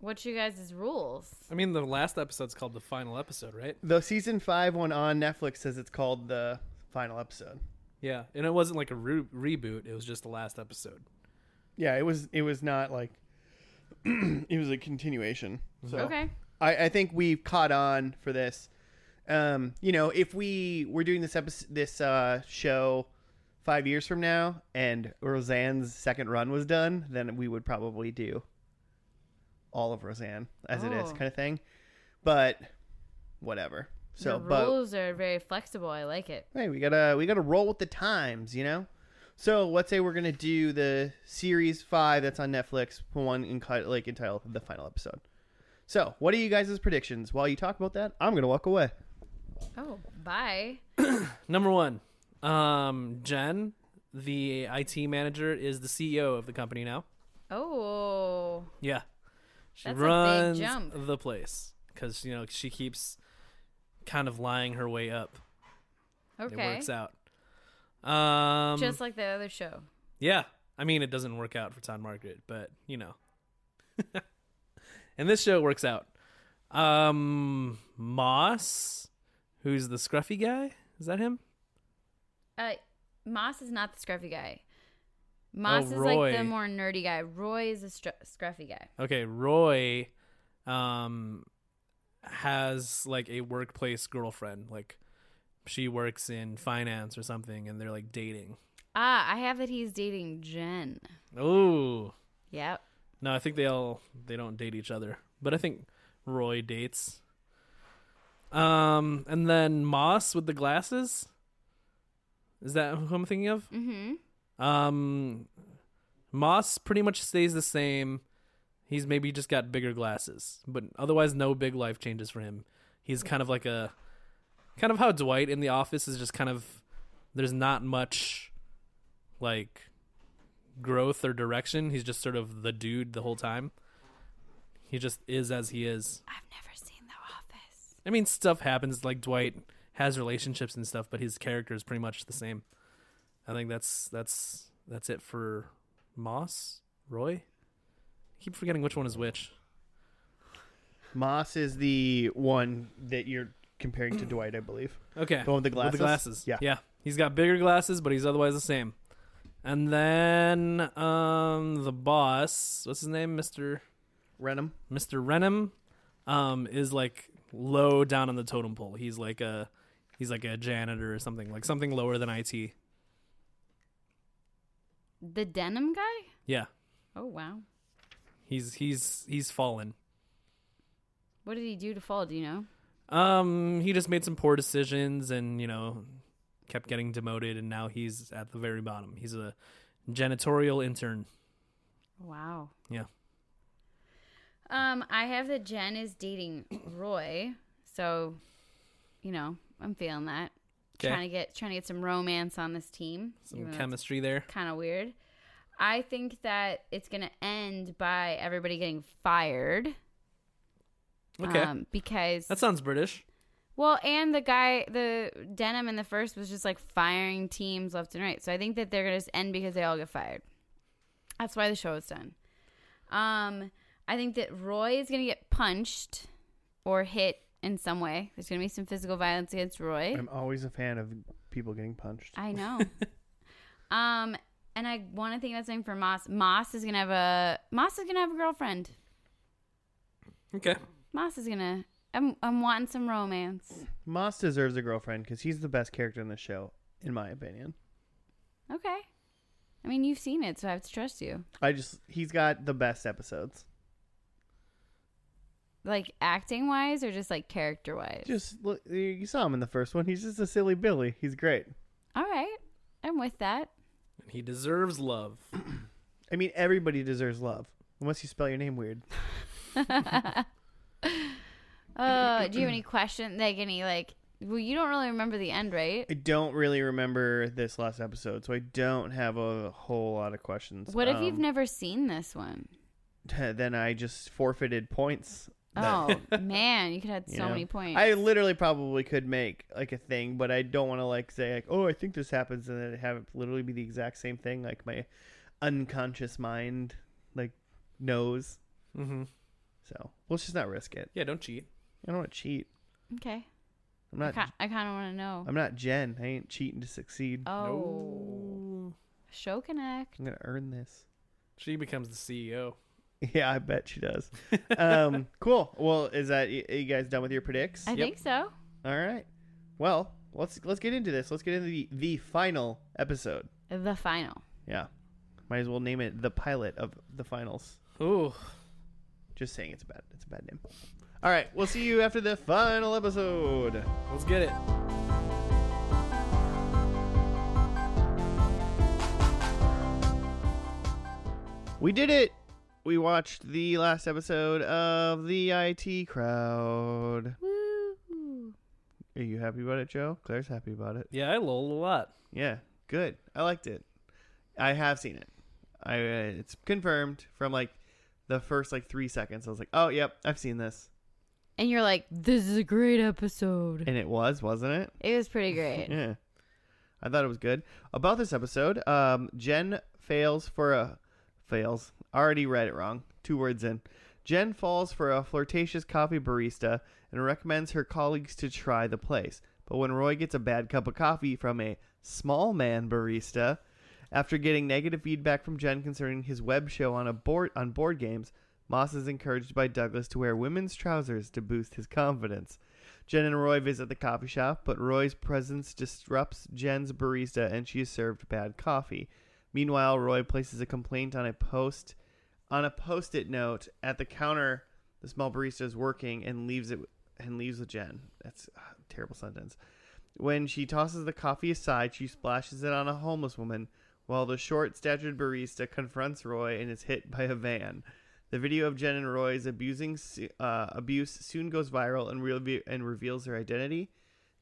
Speaker 3: What's you guys' rules?
Speaker 2: I mean, the last episode's called the final episode, right?
Speaker 1: The season five one on Netflix says it's called the final episode.
Speaker 2: Yeah, and it wasn't like a re- reboot. It was just the last episode.
Speaker 1: Yeah, it was it was not like it was a continuation. So
Speaker 3: Okay.
Speaker 1: I, I think we've caught on for this. Um, you know, if we were doing this episode, this uh, show five years from now, and Roseanne's second run was done, then we would probably do all of Roseanne as it is,
Speaker 3: Oh.
Speaker 1: kind of thing. But whatever. So,
Speaker 3: So
Speaker 1: but
Speaker 3: rules are very flexible. I like it.
Speaker 1: hey, we gotta we gotta roll with the times, you know. So let's say we're gonna do the series five that's on Netflix, put one in cut like entitled the final episode. So, what are you guys' predictions? While you talk about that, I'm gonna walk away.
Speaker 3: Oh, bye.
Speaker 2: Number one, um, Jen, the IT manager, is the CEO of the company now.
Speaker 3: Oh,
Speaker 2: Yeah, she
Speaker 3: That's a big
Speaker 2: runs
Speaker 3: jump.
Speaker 2: the place because you know she keeps kind of lying her way up. It
Speaker 3: okay.
Speaker 2: works out. Um,
Speaker 3: Just like the other show.
Speaker 2: Yeah. I mean, it doesn't work out for Todd Margaret, but you know. and this show works out. Um, Moss, who's the scruffy guy? Is that him?
Speaker 3: Uh, Moss is not the scruffy guy. Moss is like
Speaker 2: Roy.
Speaker 3: the more nerdy guy. Roy is a stru- scruffy guy.
Speaker 2: Okay, Roy, um, has like a workplace girlfriend. Like, she works in finance or something, and they're like dating.
Speaker 3: Ah, I have that he's dating Jen.
Speaker 2: Oh,
Speaker 3: Yep.
Speaker 2: No, I think they all they don't date each other, but I think Roy dates. Um, and then Moss with the glasses. Is that who I'm thinking of?
Speaker 3: Mm-hmm.
Speaker 2: Um, Moss pretty much stays the same. He's maybe just got bigger glasses, but otherwise, no big life changes for him. He's kind of like a, kind of how Dwight in The Office is just kind of, there's not much, like, growth or direction. He's just sort of the dude the whole time. He just is as he is.
Speaker 3: I've never seen The Office.
Speaker 2: I mean, stuff happens. Like Dwight has relationships and stuff, but his character is pretty much the same. I think that's that's that's it for Moss Roy. I keep forgetting which one is which.
Speaker 1: Moss is the one that you're comparing to Dwight, I believe.
Speaker 2: Okay,
Speaker 1: The one with the
Speaker 2: With
Speaker 1: glasses?
Speaker 2: the glasses.
Speaker 1: Yeah.
Speaker 2: yeah. He's got bigger glasses, but he's otherwise the same. And then um, the boss, what's his name, Mister
Speaker 1: Renham.
Speaker 2: Mr. Renham um, is like low down on the totem pole. He's like a he's like a janitor or something, like something lower than IT.
Speaker 3: The denim guy?
Speaker 2: Yeah.
Speaker 3: Oh wow.
Speaker 2: He's he's he's fallen.
Speaker 3: What did he do to fall? Do you know?
Speaker 2: Um he just made some poor decisions and, you know, kept getting demoted and now he's at the very bottom. He's a janitorial intern.
Speaker 3: Wow.
Speaker 2: Yeah.
Speaker 3: Um, I have that Jen is dating Roy, so you know I'm feeling that.
Speaker 2: 'Kay.
Speaker 3: Trying to get trying to get some romance on this team.
Speaker 2: Some chemistry there.
Speaker 3: Kind of weird. I think that it's gonna end by everybody getting fired.
Speaker 2: Okay.
Speaker 3: Um, because
Speaker 2: that sounds British.
Speaker 3: well, and the guy, the denim in the first was just like firing teams left and right. So I think that they're gonna just end because they all get fired. That's why the show is done. Um, I think that Roy is gonna get punched or hit in some way. There's gonna be some physical violence against Roy.
Speaker 1: I'm always a fan of people getting punched.
Speaker 3: Eh. I know. um, and I want to think about something for Moss. Moss is gonna have a Moss is gonna have a girlfriend.
Speaker 2: Okay.
Speaker 3: Moss is gonna. I'm I'm wanting some romance.
Speaker 1: Moss deserves a girlfriend because he's the best character in the show, in my opinion.
Speaker 3: Okay. I mean, you've seen it, so I have to trust you.
Speaker 1: I just he's got the best episodes.
Speaker 3: Like acting wise, or just like character wise.
Speaker 1: Just look, you saw him in the first one. He's just a silly Billy. He's great.
Speaker 3: All right, I'm with that.
Speaker 2: He deserves love.
Speaker 1: I mean, everybody deserves love unless you spell your name weird.
Speaker 3: Uh, do you have any question? Like any like? Well, you don't really remember the end, right?
Speaker 1: I don't really remember this last episode, so I don't have a whole lot of questions.
Speaker 3: What if
Speaker 1: Um,
Speaker 3: you've never seen this one?
Speaker 1: Then I just forfeited points. that-
Speaker 3: Oh man, you could have had
Speaker 1: you
Speaker 3: so
Speaker 1: know?
Speaker 3: many points.
Speaker 1: I literally probably could make like a thing, but I don't want to like say like, oh, I think this happens, and then have it literally be the exact same thing. Like my unconscious mind like knows.
Speaker 2: hmm
Speaker 1: So let's just not risk it.
Speaker 2: Yeah, don't cheat.
Speaker 1: I don't want to cheat.
Speaker 3: okay,
Speaker 1: I'm
Speaker 3: I
Speaker 1: not.
Speaker 3: kind of want to know.
Speaker 1: I'm not Jen. I ain't cheating to succeed.
Speaker 3: Oh, show connect.
Speaker 1: I'm gonna earn this.
Speaker 2: She becomes the E CEO.
Speaker 1: Yeah, I bet she does. um, cool. Well, is that are you guys done with your predicts?
Speaker 3: I
Speaker 2: Yep.
Speaker 3: think so.
Speaker 1: All right. Well, let's let's get into this. Let's get into the the final episode.
Speaker 3: The final.
Speaker 1: Yeah. Might as well name it the pilot of the finals.
Speaker 2: Ooh.
Speaker 1: Just saying it's a bad it's a bad name. All right, we'll see you after the final episode.
Speaker 2: Let's get it.
Speaker 1: We did it. We watched the last episode of the IT crowd.
Speaker 3: Woo.
Speaker 1: Are you happy about it, Joe? Claire's happy about it.
Speaker 2: Yeah, I lol a lot.
Speaker 1: Yeah, good. I liked it. I have seen it. I uh, it's confirmed from like the first like 3 seconds. I was like, "Oh, yep, I've seen this."
Speaker 3: And you're like, this is a great episode.
Speaker 1: And it was, wasn't it?
Speaker 3: It was pretty great.
Speaker 1: Yeah. I thought it was good. About this episode, um, Jen fails for a fails. Already read it wrong. Two words in. Jen falls for a flirtatious coffee barista and recommends her colleagues to try the place. But when Roy gets a bad cup of coffee from a small man barista, after getting negative feedback from Jen concerning his web show on a board on board games, Moss is encouraged by Douglas to wear women's trousers to boost his confidence. Jen and Roy visit the coffee shop, but Roy's presence disrupts Jen's barista and she is served bad coffee. Meanwhile, Roy places a complaint on a post on a post-it note at the counter. The small barista is working and leaves it and leaves with Jen. That's a terrible sentence. When she tosses the coffee aside, she splashes it on a homeless woman, while the short-statured barista confronts Roy and is hit by a van. The video of Jen and Roy's abusing s- uh, abuse soon goes viral and, re- and reveals their identity.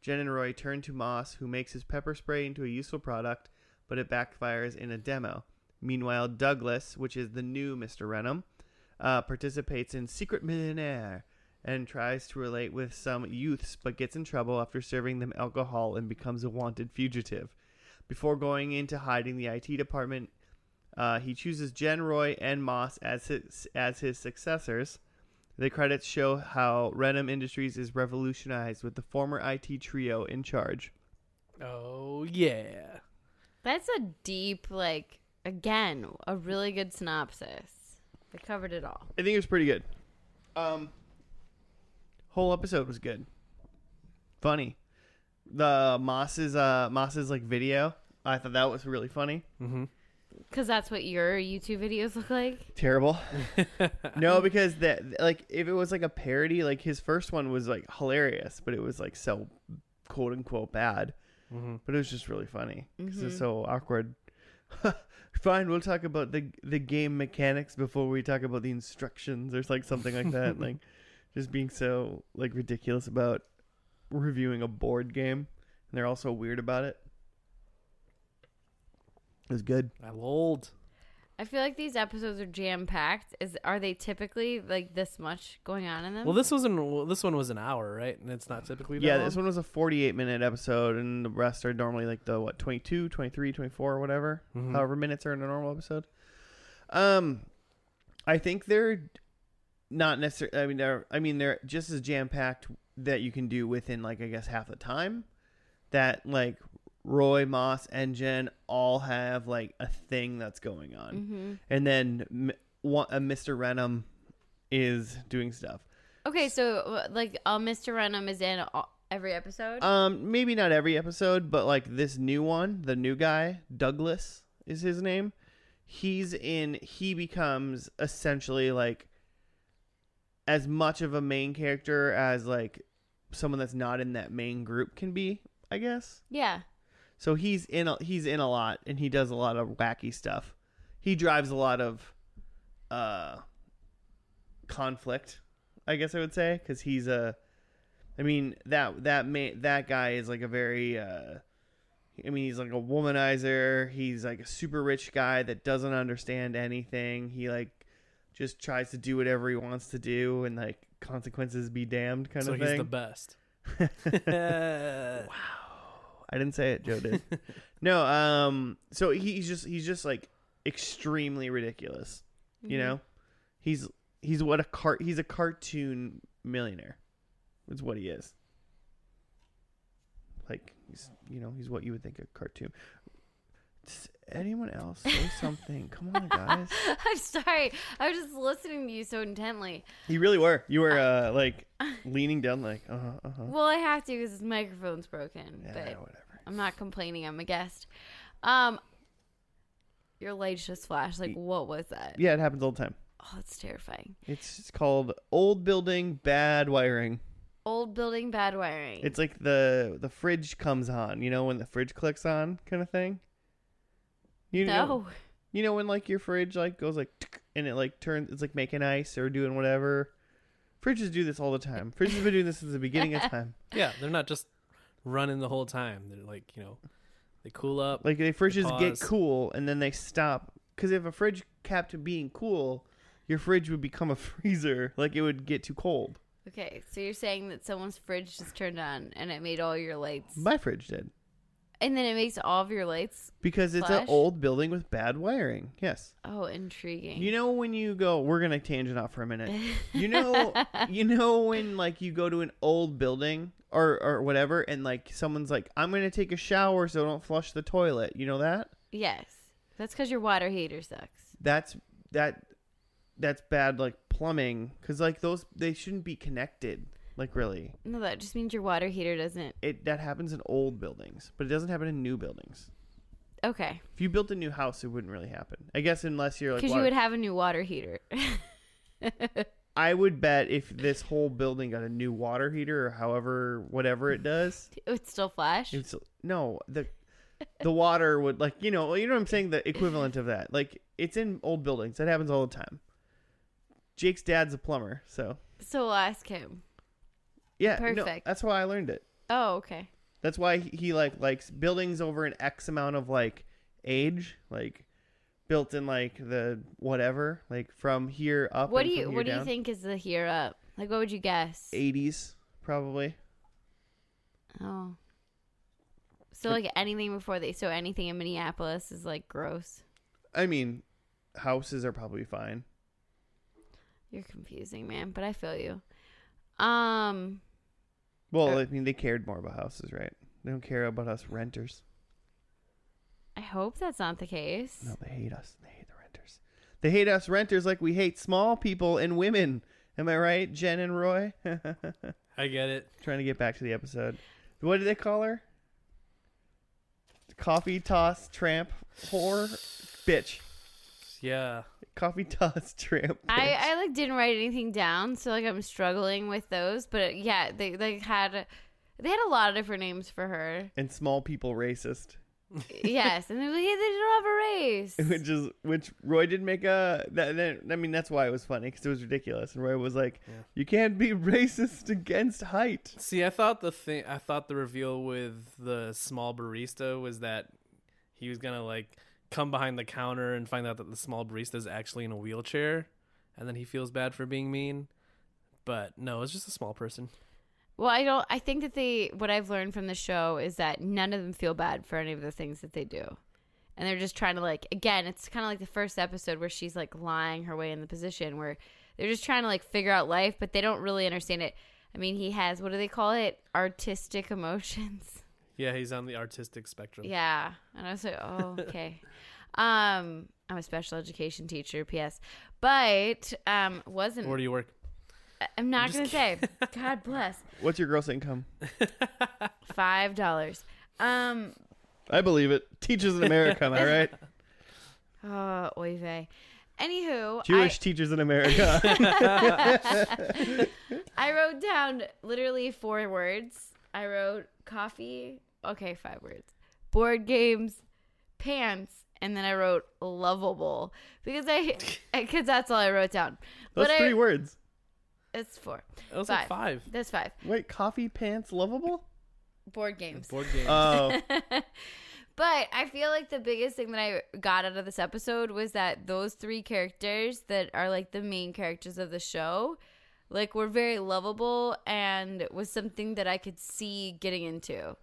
Speaker 1: Jen and Roy turn to Moss, who makes his pepper spray into a useful product, but it backfires in a demo. Meanwhile, Douglas, which is the new Mr. Renham, uh, participates in Secret Millionaire and tries to relate with some youths, but gets in trouble after serving them alcohol and becomes a wanted fugitive. Before going into hiding, the IT department uh, he chooses Jen, Roy, and Moss as his, as his successors. The credits show how Renham Industries is revolutionized with the former IT trio in charge.
Speaker 2: Oh yeah.
Speaker 3: That's a deep, like, again, a really good synopsis. They covered it all.
Speaker 1: I think it was pretty good. Um, whole episode was good. Funny. The Moss's uh Moss's like video, I thought that was really funny.
Speaker 3: Because that's what your YouTube videos look like.
Speaker 1: Terrible. no, because that like if it was like a parody, like his first one was like hilarious, but it was like so quote unquote bad. But it was just really funny because it's so awkward. Fine, we'll talk about the the game mechanics before we talk about the instructions or like something like that. like just being so like ridiculous about reviewing a board game, and they're all so weird about it. It was good.
Speaker 2: I lolled.
Speaker 3: I feel like these episodes are jam packed. Is are they typically like this much going on in them?
Speaker 2: Well, this wasn't. Well, this one was an hour, right? And it's not typically. That
Speaker 1: Yeah,
Speaker 2: long?
Speaker 1: this one was a 48 minute episode, and the rest are normally like the what 22, 23, 24, whatever,
Speaker 2: Mm-hmm.
Speaker 1: however minutes are in a normal episode. Um, I think they're not necessarily. I mean, they're. I mean, they're just as jam packed that you can do within like I guess half the time. That like Roy Moss and Jen all have like a thing that's going on,
Speaker 2: Mm.
Speaker 3: Mm-hmm.
Speaker 1: and then m- one, uh, Mr. Renham is doing stuff.
Speaker 3: okay, so uh, like, uh, Mr. Renham is in all, every episode.
Speaker 1: Um, maybe not every episode, but like this new one, the new guy, Douglas is his name. He's in. He becomes essentially like as much of a main character as like someone that's not in that main group can be, I guess.
Speaker 3: yeah,
Speaker 1: So he's in. A, he's in a lot, and he does a lot of wacky stuff. He drives a lot of uh conflict, I guess I would say, because he's a. I mean that that ma- that guy is like a very. uh I mean, he's like a womanizer. He's like a super rich guy that doesn't understand anything. He like just tries to do whatever he wants to do, and like consequences be damned kind
Speaker 2: so
Speaker 1: of
Speaker 2: he's
Speaker 1: thing.
Speaker 2: the best. wow.
Speaker 1: I didn't say it. Joe did. no. Um. So he- he's just he's just like extremely ridiculous. You know, he's he's what a cart he's a cartoon millionaire. Is what he is. Like he's you know he's what you would think a cartoon. Does anyone else say something? Come on, guys.
Speaker 3: I'm sorry. I was just listening to you so intently.
Speaker 1: You really were. You were uh like leaning down like uh huh uh huh.
Speaker 3: Well, I have to because this microphone's broken.
Speaker 1: Yeah,
Speaker 3: but
Speaker 1: whatever.
Speaker 3: I'm not complaining. I'm a guest. Um, your lights just flashed. Like, what was that?
Speaker 1: Yeah, it happens all the time.
Speaker 3: Oh, it's terrifying.
Speaker 1: It's, it's called old building, bad wiring.
Speaker 3: Old building, bad wiring.
Speaker 1: It's like the the fridge comes on, you know, when the fridge clicks on, kind of thing. You know,
Speaker 3: no.
Speaker 1: you know when like your fridge like goes like tick, and it like turns, it's like making ice or doing whatever. Fridges do this all the time. Fridges have been doing this since the beginning of time.
Speaker 2: Yeah, they're not just running the whole time. They're like you know, they cool up.
Speaker 1: Like they fridges get
Speaker 2: pause.
Speaker 1: cool and then they stop because if a fridge kept being cool, your fridge would become a freezer. Like it would get too cold.
Speaker 3: Okay, so you're saying that someone's fridge just turned on and it made all your lights,
Speaker 1: My fridge did
Speaker 3: and then it makes all of your lights.
Speaker 1: because it's an
Speaker 3: Flash?
Speaker 1: old building with bad wiring. Yes.
Speaker 3: Oh, intriguing.
Speaker 1: You know when you go, we're gonna tangent off for a minute. You know, you know when like you go to an old building or or whatever, and like someone's like, "I'm gonna take a shower, so don't flush the toilet." You know that?
Speaker 3: yes, that's because your water heater sucks.
Speaker 1: That's that that's bad like plumbing because like those they shouldn't be connected. Like really,
Speaker 3: No, that just means your water heater doesn't.
Speaker 1: it that happens in old buildings, but it doesn't happen in new buildings.
Speaker 3: Okay.
Speaker 1: If you built a new house, it wouldn't really happen. I guess unless you're like,
Speaker 3: Because you
Speaker 1: water-
Speaker 3: would have a new water heater.
Speaker 1: I would bet if this whole building got a new water heater or however whatever it does,
Speaker 3: it would still flash.
Speaker 1: it's no the the water would like you know you know what I'm saying the equivalent of that like it's in old buildings that happens all the time. Jake's dad's a plumber, so
Speaker 3: So we'll ask him.
Speaker 1: yeah, no,
Speaker 3: Perfect.
Speaker 1: that's why I learned it.
Speaker 3: Oh, okay.
Speaker 1: That's why he, he like likes buildings over an X amount of like age, like built in like the whatever, like from here up.
Speaker 3: What
Speaker 1: and
Speaker 3: do
Speaker 1: from
Speaker 3: you
Speaker 1: here
Speaker 3: What do you
Speaker 1: down.
Speaker 3: think is the here up? Like, what would you guess?
Speaker 1: 80s probably.
Speaker 3: Oh. So like anything before they so anything in Minneapolis is like gross.
Speaker 1: I mean, houses are probably fine.
Speaker 3: You're confusing, man, but I feel you. Um
Speaker 1: Well,
Speaker 3: Uh,
Speaker 1: I mean, they cared more about houses, right? They don't care about us renters.
Speaker 3: I hope that's not the case.
Speaker 1: No, they hate us. They hate the renters. They hate us renters like we hate small people and women. Am I right, Jen and Roy? Trying
Speaker 2: I get it.
Speaker 1: to get back to the episode. What did they call her? Coffee toss tramp whore bitch.
Speaker 2: Yeah.
Speaker 1: Coffee toss tramp.
Speaker 3: I,
Speaker 1: bitch.
Speaker 3: I like didn't write anything down, so like I'm struggling with those. But uh, yeah, they like had they had a lot of different names for her.
Speaker 1: and small people racist.
Speaker 3: yes, and they were like, "Hey, they don't have a race.
Speaker 1: which is which Roy did make a that, that I mean that's why it was funny because it was ridiculous and Roy was like
Speaker 2: Yeah.
Speaker 1: you can't be racist against height
Speaker 2: See, I thought the thing, I thought the reveal with the small barista was that he was gonna like come behind the counter and find out that the small barista is actually in a wheelchair, and then he feels bad for being mean. But no, it's just a small person.
Speaker 3: Well, I don't. I think that they. What I've learned from the show is that none of them feel bad for any of the things that they do, and they're just trying to like. Again, it's kind of like the first episode where she's like lying her way in the position where they're just trying to like figure out life, but they don't really understand it. I mean, he has what do they call it? Artistic emotions.
Speaker 2: Yeah, he's on the artistic spectrum.
Speaker 3: Yeah, and I was like, oh, okay. um, I'm a special education teacher. P.S. But um, wasn't.
Speaker 2: Where do you work?
Speaker 3: I- I'm not gonna
Speaker 2: just
Speaker 3: say. God bless.
Speaker 1: what's your gross income
Speaker 3: Five dollars. Um.
Speaker 1: I believe it teachers in America am I right
Speaker 3: Oh, oy vey. Anywho,
Speaker 1: Jewish teachers in America
Speaker 3: I, I wrote down literally four words. I wrote coffee, okay, five words, board games, pants, and then I wrote lovable because I, because that's all I wrote down.
Speaker 1: those
Speaker 3: I-
Speaker 1: three words
Speaker 3: It's four.
Speaker 2: That was like five.
Speaker 3: That's five.
Speaker 1: wait coffee pants lovable
Speaker 3: Board games.
Speaker 2: Board game.
Speaker 1: oh
Speaker 3: But I feel like the biggest thing that I got out of this episode was that those three characters that are like the main characters of the show, like were very lovable and was something that I could see getting into.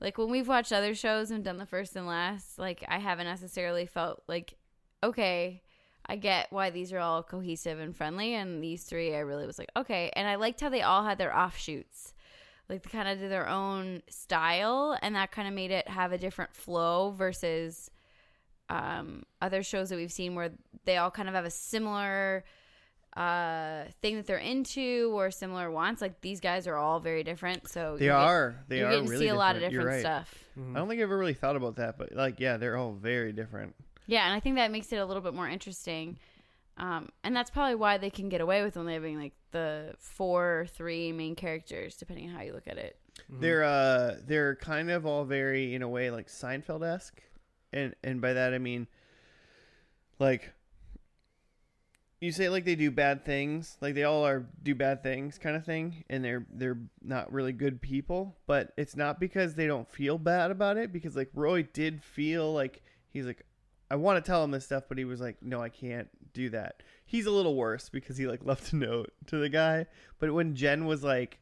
Speaker 3: Like when we've watched other shows and done the first and last, like I haven't necessarily felt like okay, I get why these are all cohesive and friendly and these three I really was like okay, and I liked how they all had their offshoots like they kind of did their own style and that kind of made it have a different flow versus um, other shows that we've seen where they all kind of have a similar uh, thing that they're into or similar wants like these guys are all very different so
Speaker 1: they
Speaker 3: you're get-
Speaker 1: are they
Speaker 3: you're
Speaker 1: are
Speaker 3: getting to
Speaker 1: really
Speaker 3: see a lot of
Speaker 1: different. You're
Speaker 3: different
Speaker 1: right.
Speaker 3: stuff
Speaker 1: I don't think I ever really thought about that but like yeah they're all very different
Speaker 3: yeah and i think that makes it a little bit more interesting um, and that's probably why they can get away with only having like the four or three main characters depending on how you look at it
Speaker 1: They're uh they're kind of all very in a way like Seinfeld esque, and and by that I mean like you say like they do bad things, like they all are do bad things kind of thing, and they're they're not really good people, but it's not because they don't feel bad about it because like Roy did feel like he's like I want to tell him this stuff, but he was like, no, I can't do that. He's a little worse because he like left a note to the guy, but when Jen was like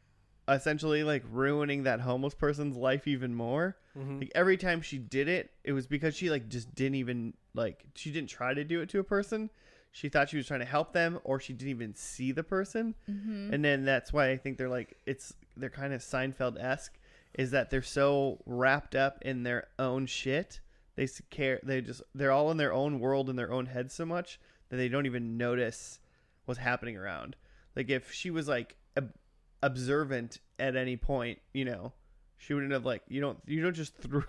Speaker 1: essentially like ruining that homeless person's life even more. Like every time she did it, it was because she like just didn't even like she didn't try to do it to a person. She thought she was trying to help them or she didn't even see the person. And then that's why I think they're like it's they're kind of Seinfeld-esque is that they're so wrapped up in their own shit. They s- care they just they're all in their own world in their own head so much that they don't even notice what's happening around. Like if she was like ob- observant at any point, you know, she wouldn't have like you don't you don't just throw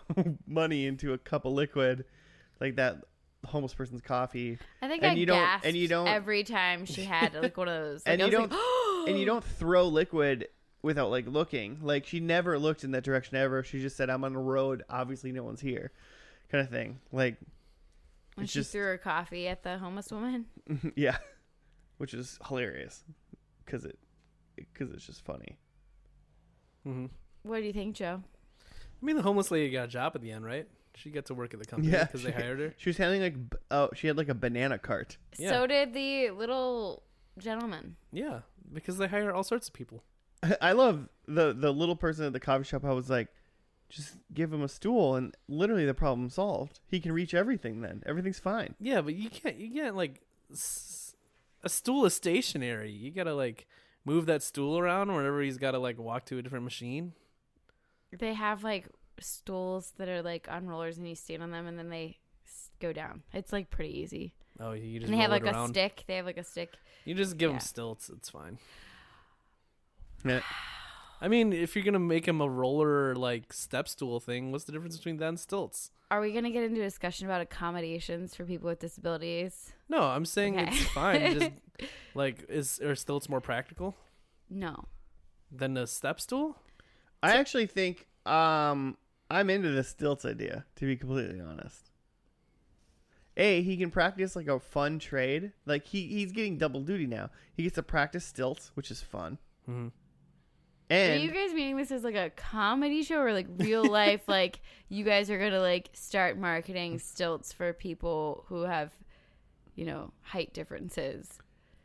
Speaker 1: money into a cup of liquid like that homeless person's coffee,
Speaker 3: I think
Speaker 1: And
Speaker 3: I
Speaker 1: you don't-
Speaker 3: gasped
Speaker 1: and you don't-
Speaker 3: every time she had like one of those. Like,
Speaker 1: And
Speaker 3: I
Speaker 1: you
Speaker 3: was like,
Speaker 1: and you don't throw liquid without like looking. Like she never looked in that direction ever. She just said, "I'm on the road. Obviously, no one's here," kind of thing. Like,
Speaker 3: "Oh," when
Speaker 1: it's
Speaker 3: she
Speaker 1: just-
Speaker 3: threw her coffee at the homeless woman.
Speaker 1: yeah, which is hilarious because it because it's just funny.
Speaker 2: hmm
Speaker 3: What do you think, Joe?
Speaker 2: I mean, the homeless lady got a job at the end, right? She got to work at the company
Speaker 1: Yeah,
Speaker 2: because they
Speaker 1: she-
Speaker 2: hired her.
Speaker 1: She was handling like b- oh, she had like a banana cart.
Speaker 2: Yeah.
Speaker 3: So did the little gentleman.
Speaker 2: Yeah, because they hire all sorts of people.
Speaker 1: I love the the little person at the coffee shop. I was like, just give him a stool, and literally the problem solved. He can reach everything. Then everything's fine.
Speaker 2: Yeah, but you can't. You can't like s- a stool is stationary. You gotta like move that stool around whenever he's got to like walk to a different machine.
Speaker 3: They have like stools that are like on rollers, and you stand on them, and then they s- go down. It's like pretty easy.
Speaker 2: Oh, you just
Speaker 3: And they have
Speaker 2: roll it
Speaker 3: like a
Speaker 2: around.
Speaker 3: stick. They have like a stick.
Speaker 2: You just give
Speaker 3: Yeah.
Speaker 2: him stilts. It's fine.
Speaker 1: Yeah.
Speaker 2: I mean, if you're gonna make him a roller like step stool thing, what's the difference between that and stilts?
Speaker 3: Are we gonna get into a discussion about accommodations for people with disabilities?
Speaker 2: No, I'm saying
Speaker 3: Okay.
Speaker 2: it's fine. Just like is are stilts more practical
Speaker 3: No.
Speaker 2: than a step stool?
Speaker 1: I actually think um I'm into the stilts idea. To be completely honest, a he can practice like a fun trade. Like he he's getting double duty now. He gets to practice stilts, which is fun.
Speaker 2: hmm
Speaker 1: And
Speaker 3: are you guys meaning this as like a comedy show or like real life? like you guys are gonna like start marketing stilts for people who have, you know, height differences.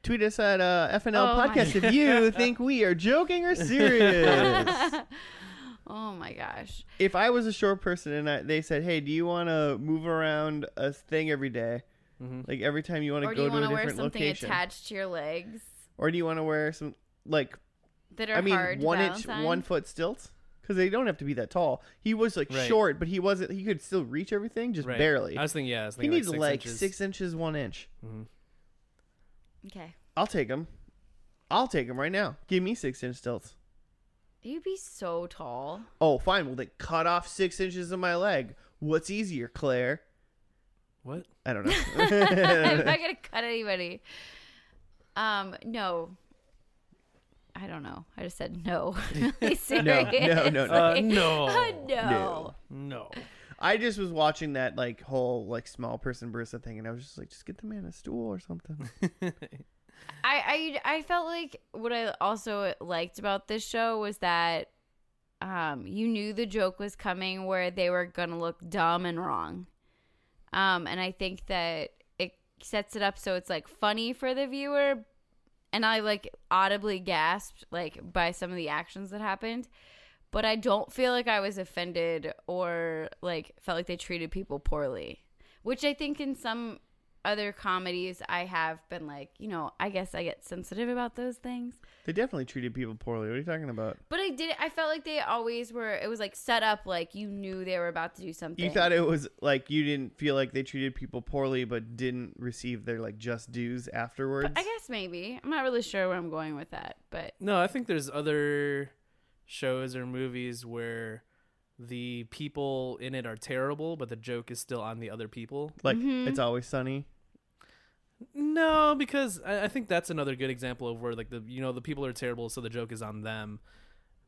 Speaker 1: tweet us at uh, FNL
Speaker 3: Oh my-
Speaker 1: Podcast if you think we are joking or serious.
Speaker 3: Oh my gosh.
Speaker 1: if I was a short person and I, they said, "Hey, do you want to move around a thing every day?
Speaker 2: Mhm.
Speaker 1: Like every time you want
Speaker 3: Or
Speaker 1: to
Speaker 3: do you
Speaker 1: go to a
Speaker 3: want to wear
Speaker 1: different
Speaker 3: something
Speaker 1: location,
Speaker 3: attached to your legs
Speaker 1: or do you want to wear some like
Speaker 3: that are
Speaker 1: I mean
Speaker 3: hard
Speaker 1: one
Speaker 3: to
Speaker 1: inch,
Speaker 3: balance on?
Speaker 1: one foot stilts? Because they don't have to be that tall. He was like
Speaker 2: Right.
Speaker 1: short, but he wasn't. He could still reach everything, just
Speaker 2: Right.
Speaker 1: barely.
Speaker 2: I was thinking, yeah, I was
Speaker 1: he
Speaker 2: thinking
Speaker 1: needs
Speaker 2: like,
Speaker 1: like,
Speaker 2: six, inches.
Speaker 1: six inches, one inch.
Speaker 3: Okay.
Speaker 1: I'll take him. I'll take him right now. Give me six inch stilts.
Speaker 3: You'd be so tall.
Speaker 1: Oh, fine. Well, then cut off six inches of my leg. What's easier, Claire?
Speaker 2: What?
Speaker 1: I don't know.
Speaker 3: I'm not gonna cut anybody. Um, no. I don't know. I just said no. Really serious.
Speaker 1: no, no, no.
Speaker 2: Uh, no.
Speaker 3: no.
Speaker 1: No.
Speaker 2: No.
Speaker 1: I just was watching that like whole like small person barista thing, and I was just like, just get the man a stool or something.
Speaker 3: I, I I felt like what I also liked about this show was that um you knew the joke was coming where they were gonna look dumb and wrong. Um and I think that it sets it up so it's like funny for the viewer and I like audibly gasped like by some of the actions that happened. But I don't feel like I was offended or like felt like they treated people poorly. Which I think in some other comedies I have been like, you know, I guess I get sensitive about those things.
Speaker 1: they definitely treated people poorly. What are you talking about?
Speaker 3: But I did I felt like they always were it was like set up like you knew they were about to do something.
Speaker 1: You thought it was like you didn't feel like they treated people poorly, but didn't receive their like just dues afterwards.
Speaker 3: but I guess maybe. I'm not really sure where I'm going with that, but
Speaker 2: No, I think there's other shows or movies where the people in it are terrible, but the joke is still on the other people.
Speaker 1: like
Speaker 3: Mm-hmm.
Speaker 1: it's always sunny.
Speaker 2: No, because I, I think that's another good example of where like the you know the people are terrible, so the joke is on them.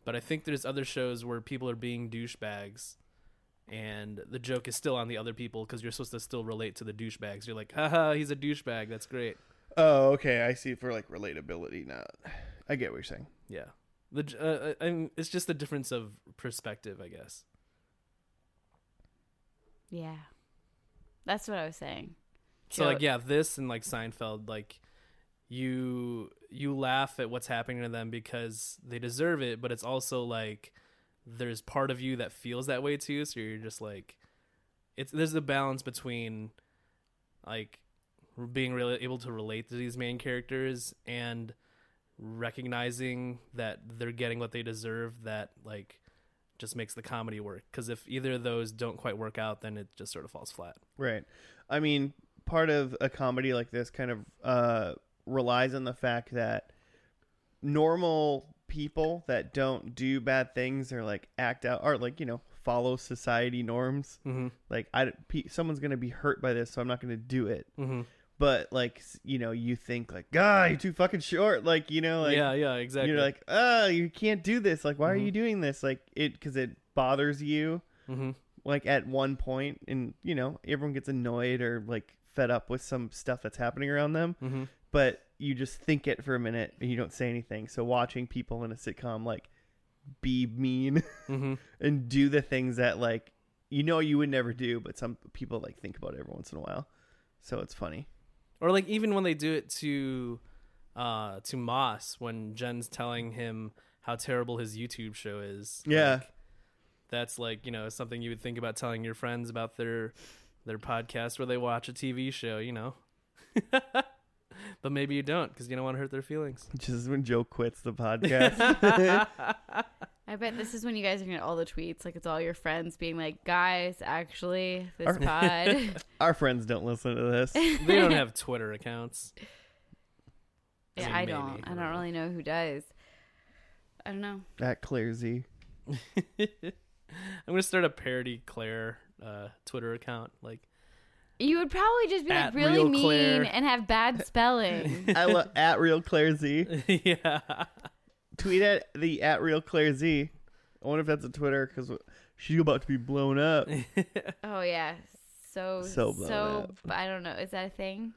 Speaker 2: But I think there's other shows where people are being douchebags, and the joke is still on the other people because you're supposed to still relate to the douchebags. You're like, haha, he's a douchebag. That's great.
Speaker 1: Oh, okay. I see. For like relatability, not. I get what you're saying.
Speaker 2: Yeah, the j- uh, I, I'm- it's just a difference of perspective, I guess.
Speaker 3: yeah. That's what I was saying.
Speaker 2: So
Speaker 3: Yeah.
Speaker 2: like yeah, this and like Seinfeld, like you you laugh at what's happening to them because they deserve it, but it's also like there's part of you that feels that way too, so you're just like it's there's a balance between like r- being really able to relate to these main characters and recognizing that they're getting what they deserve that like just makes the comedy work because if either of those don't quite work out then it just sort of falls flat
Speaker 1: Right. I mean, part of a comedy like this kind of uh, relies on the fact that normal people that don't do bad things or like act out or like, you know, follow society norms.
Speaker 2: Mm-hmm.
Speaker 1: Like I, pe- someone's gonna be hurt by this, so I'm not gonna do it.
Speaker 2: Mm-hmm.
Speaker 1: But like s- you know, you think like, God, you're too fucking short. Like you know, like
Speaker 2: yeah, yeah, exactly.
Speaker 1: you're like, oh, you can't do this. Like why are
Speaker 2: Mhm.
Speaker 1: you doing this? Like it because it bothers you.
Speaker 2: mm-hmm.
Speaker 1: Like at one point, and you know, everyone gets annoyed or like fed up with some stuff that's happening around them.
Speaker 2: Mm-hmm.
Speaker 1: but you just think it for a minute and you don't say anything. So watching people in a sitcom like be mean
Speaker 2: Mm-hmm.
Speaker 1: and do the things that like you know you would never do, but some people like think about it every once in a while. So it's funny.
Speaker 2: or like even when they do it to uh to moss when jen's telling him how terrible his youtube show is
Speaker 1: Yeah.
Speaker 2: like, that's like you know something you would think about telling your friends about their their podcast where they watch a tv show you know but maybe you don't because you don't want to hurt their feelings
Speaker 1: Just when Joe quits the podcast.
Speaker 3: I bet this is when you guys are gonna get all the tweets. Like it's all your friends being like, "Guys, actually, this
Speaker 1: Our-
Speaker 3: pod."
Speaker 1: Our friends don't listen to this.
Speaker 2: they don't have twitter accounts
Speaker 3: yeah,
Speaker 2: mean,
Speaker 3: I
Speaker 2: maybe,
Speaker 3: don't. I don't
Speaker 2: whatever.
Speaker 3: really know who does. I don't know.
Speaker 1: That clears Z.
Speaker 2: i'm gonna start a parody claire uh twitter account like
Speaker 3: You would probably just be
Speaker 2: At
Speaker 3: like really
Speaker 2: Real
Speaker 3: mean
Speaker 2: Claire.
Speaker 3: and have bad spelling.
Speaker 1: I lo- at real Claire Z.
Speaker 2: yeah
Speaker 1: Tweet at the at real Claire Z. I wonder if that's a Twitter because she's about to be blown up.
Speaker 3: oh yeah, so
Speaker 1: So
Speaker 3: so
Speaker 1: blown
Speaker 3: I don't know. Is that a thing?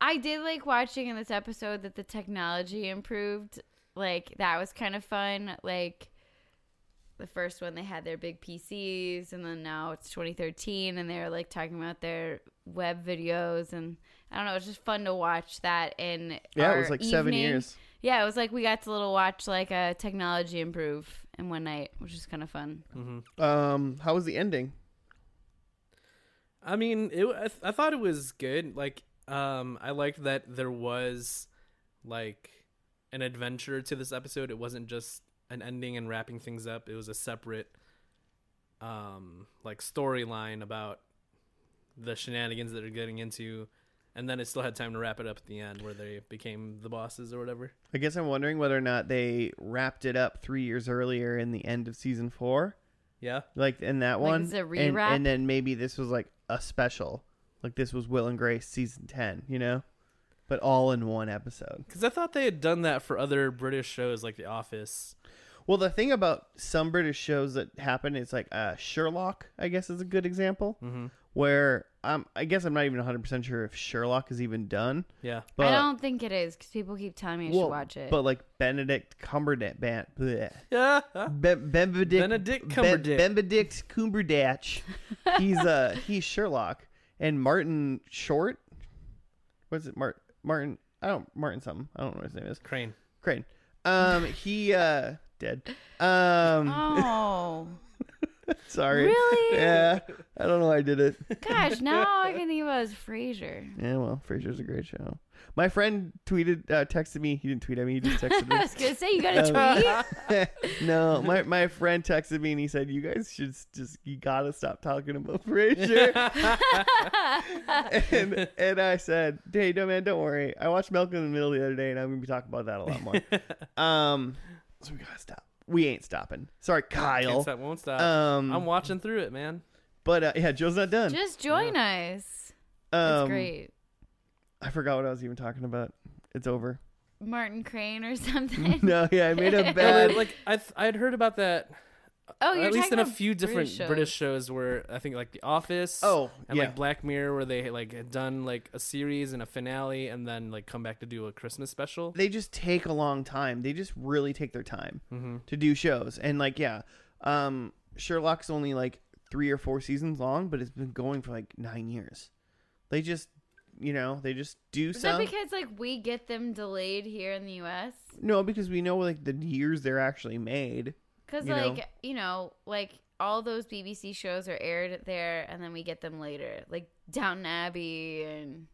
Speaker 3: I did like watching in this episode that the technology improved. Like that was kind of fun. Like the first one they had their big PCs and then now it's 2013 and they're like talking about their web videos and I don't know, it's just fun to watch that in
Speaker 1: Yeah, it
Speaker 3: our
Speaker 1: was like seven
Speaker 3: evening.
Speaker 1: years.
Speaker 3: Yeah, it was like we got to little watch like a technology improve in one night, which is kind of fun.
Speaker 2: hmm
Speaker 1: Um, how was the ending?
Speaker 2: I mean, it. I, th- I thought it was good. Like, um, I liked that there was like an adventure to this episode. It wasn't just an ending and wrapping things up. It was a separate, um, like storyline about the shenanigans that they're getting into, and then it still had time to wrap it up at the end where they became the bosses or whatever.
Speaker 1: I guess I'm wondering whether or not they wrapped it up three years earlier in the end of season four,
Speaker 2: Yeah.
Speaker 1: like in that
Speaker 3: Like,
Speaker 1: one,
Speaker 3: it's a
Speaker 1: and-
Speaker 3: rewrap?
Speaker 1: And, then maybe this was like a special, like this was Will and Grace season ten, you know, but all in one episode.
Speaker 2: Because I thought they had done that for other British shows like The Office.
Speaker 1: Well, the thing about some British shows that happen is like uh, Sherlock, I guess, is a good example
Speaker 2: Mm-hmm.
Speaker 1: where um, I guess I'm not even 100 percent sure if Sherlock is even done,
Speaker 2: Yeah.
Speaker 1: but
Speaker 3: I don't think it is because people keep telling me I
Speaker 1: well,
Speaker 3: should watch it.
Speaker 1: But like Benedict Cumberbatch, ban- bleh.
Speaker 2: Yeah.
Speaker 1: Be- Benedict,
Speaker 2: Benedict Cumberbatch.
Speaker 1: Ben- Benedict Cumberbatch. he's uh he's Sherlock and Martin Short. What's it, Mart Martin? I don't Martin something. I don't know what his name is.
Speaker 2: Crane.
Speaker 1: Crane. Um, he uh dead. Um,
Speaker 3: oh
Speaker 1: sorry.
Speaker 3: really?
Speaker 1: Yeah, I don't know why I did it.
Speaker 3: Gosh, now all I can think about is Frasier.
Speaker 1: Yeah, well, Frasier's a great show. My friend tweeted, uh, texted me. He didn't tweet at me. He just texted
Speaker 3: I
Speaker 1: me.
Speaker 3: was gonna say you got a
Speaker 1: Um,
Speaker 3: tweet.
Speaker 1: no, my, my friend texted me and he said, "You guys should s- just you gotta stop talking about Frasier." and and I said, "Hey, no man, don't worry. I watched Malcolm in the Middle the other day, and I'm gonna be talking about that a lot more." um, so we gotta stop. We ain't stopping. Sorry,
Speaker 2: Can't
Speaker 1: Kyle.
Speaker 2: stop, won't stop.
Speaker 1: Um,
Speaker 3: Mm.
Speaker 2: I'm watching through it, man.
Speaker 1: but uh, yeah, Joe's not done.
Speaker 3: Just join us. That's
Speaker 1: um,
Speaker 3: great.
Speaker 1: I forgot what I was even talking about. It's over.
Speaker 3: Martin Crane or something.
Speaker 1: No, yeah, I made a
Speaker 2: Yeah,
Speaker 1: bad.
Speaker 2: like I th- I'd heard about that
Speaker 3: oh, you're
Speaker 2: at least
Speaker 3: talking
Speaker 2: in a
Speaker 3: about
Speaker 2: few different
Speaker 3: British shows.
Speaker 2: where I think like The Office
Speaker 1: Oh,
Speaker 2: and
Speaker 1: yeah.
Speaker 2: like Black Mirror where they like had done like a series and a finale and then like come back to do a Christmas special.
Speaker 1: they just take a long time. They just really take their time
Speaker 2: Mm-hmm.
Speaker 1: to do shows. And like, yeah, um, Sherlock's only like three or four seasons long, but it's been going for like nine years. They just, you know, they just do
Speaker 3: Is that
Speaker 1: some.
Speaker 3: because like we get them delayed here in the U.S.?
Speaker 1: no, because we know like the years they're actually made.
Speaker 3: Because
Speaker 1: You know?
Speaker 3: like you know, like all those BBC shows are aired there, and then we get them later, like Downton Abbey and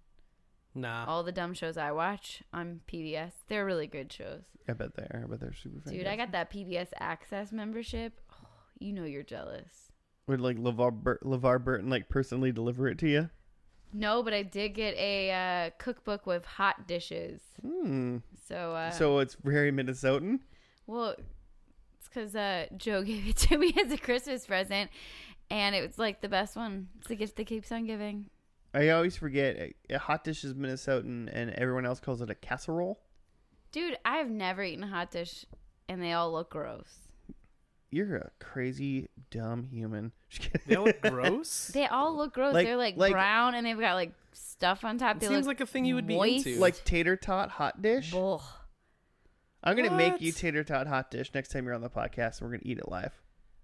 Speaker 1: Oh.
Speaker 2: Nah.
Speaker 3: all the dumb shows I watch on PBS. They're really good shows,
Speaker 1: I bet they are. I bet they're super famous.
Speaker 3: dude. I got that PBS Access membership. Oh, you know you're jealous.
Speaker 1: Would like LeVar, Bur- LeVar Burton like personally deliver it to you?
Speaker 3: No, but I did get a uh, cookbook with hot dishes.
Speaker 1: Hmm.
Speaker 3: So, uh,
Speaker 1: so it's very Minnesotan.
Speaker 3: well, it's because uh, Joe gave it to me as a Christmas present, and it was like the best one. It's the gift that keeps on giving.
Speaker 1: I always forget. A hot dish is Minnesotan, and everyone else calls it a casserole.
Speaker 3: Dude, I have never eaten a hot dish, and they all look gross.
Speaker 1: You're a crazy dumb human. Just kidding.
Speaker 2: They all look gross.
Speaker 3: They all look gross.
Speaker 1: Like-
Speaker 3: They're like,
Speaker 1: like-
Speaker 3: brown, and they've got like stuff on top.
Speaker 2: it
Speaker 3: they
Speaker 2: seems
Speaker 3: look
Speaker 2: like a thing you would be
Speaker 3: moist.
Speaker 2: into.
Speaker 1: like tater tot hot dish.
Speaker 3: Ugh.
Speaker 1: I'm gonna make
Speaker 2: What?
Speaker 1: you tater tot hot dish next time you're on the podcast, and we're gonna eat it live.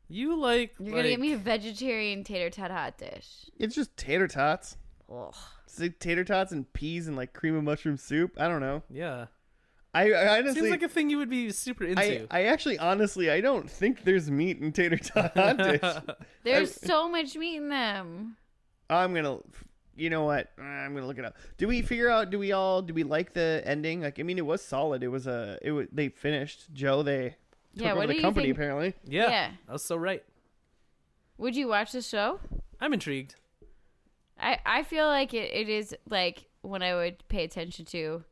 Speaker 2: you like.
Speaker 3: You're gonna
Speaker 2: like-
Speaker 3: get me a vegetarian tater tot hot dish.
Speaker 1: It's just tater tots.
Speaker 3: Ugh.
Speaker 1: It's like tater tots and peas and like cream of mushroom soup. I don't know.
Speaker 2: Yeah.
Speaker 1: I, I
Speaker 2: Seems
Speaker 1: honestly,
Speaker 2: like a thing you would be super into.
Speaker 1: I, I actually, honestly, I don't think there's meat in tater tot hot dish.
Speaker 3: There's so much meat in them.
Speaker 1: I'm gonna, you know what? I'm gonna look it up. Do we figure out? Do we all? Do we like the ending? Like, I mean, it was solid. It was a. It was, they finished. Joe, they took
Speaker 3: Yeah,
Speaker 1: over
Speaker 3: what
Speaker 1: the
Speaker 3: do you
Speaker 1: company
Speaker 3: think-
Speaker 1: apparently.
Speaker 2: yeah,
Speaker 3: Yeah.
Speaker 2: I was so right.
Speaker 3: Would you watch the show?
Speaker 2: I'm intrigued.
Speaker 3: I, I feel like it, it is like when I would pay attention to.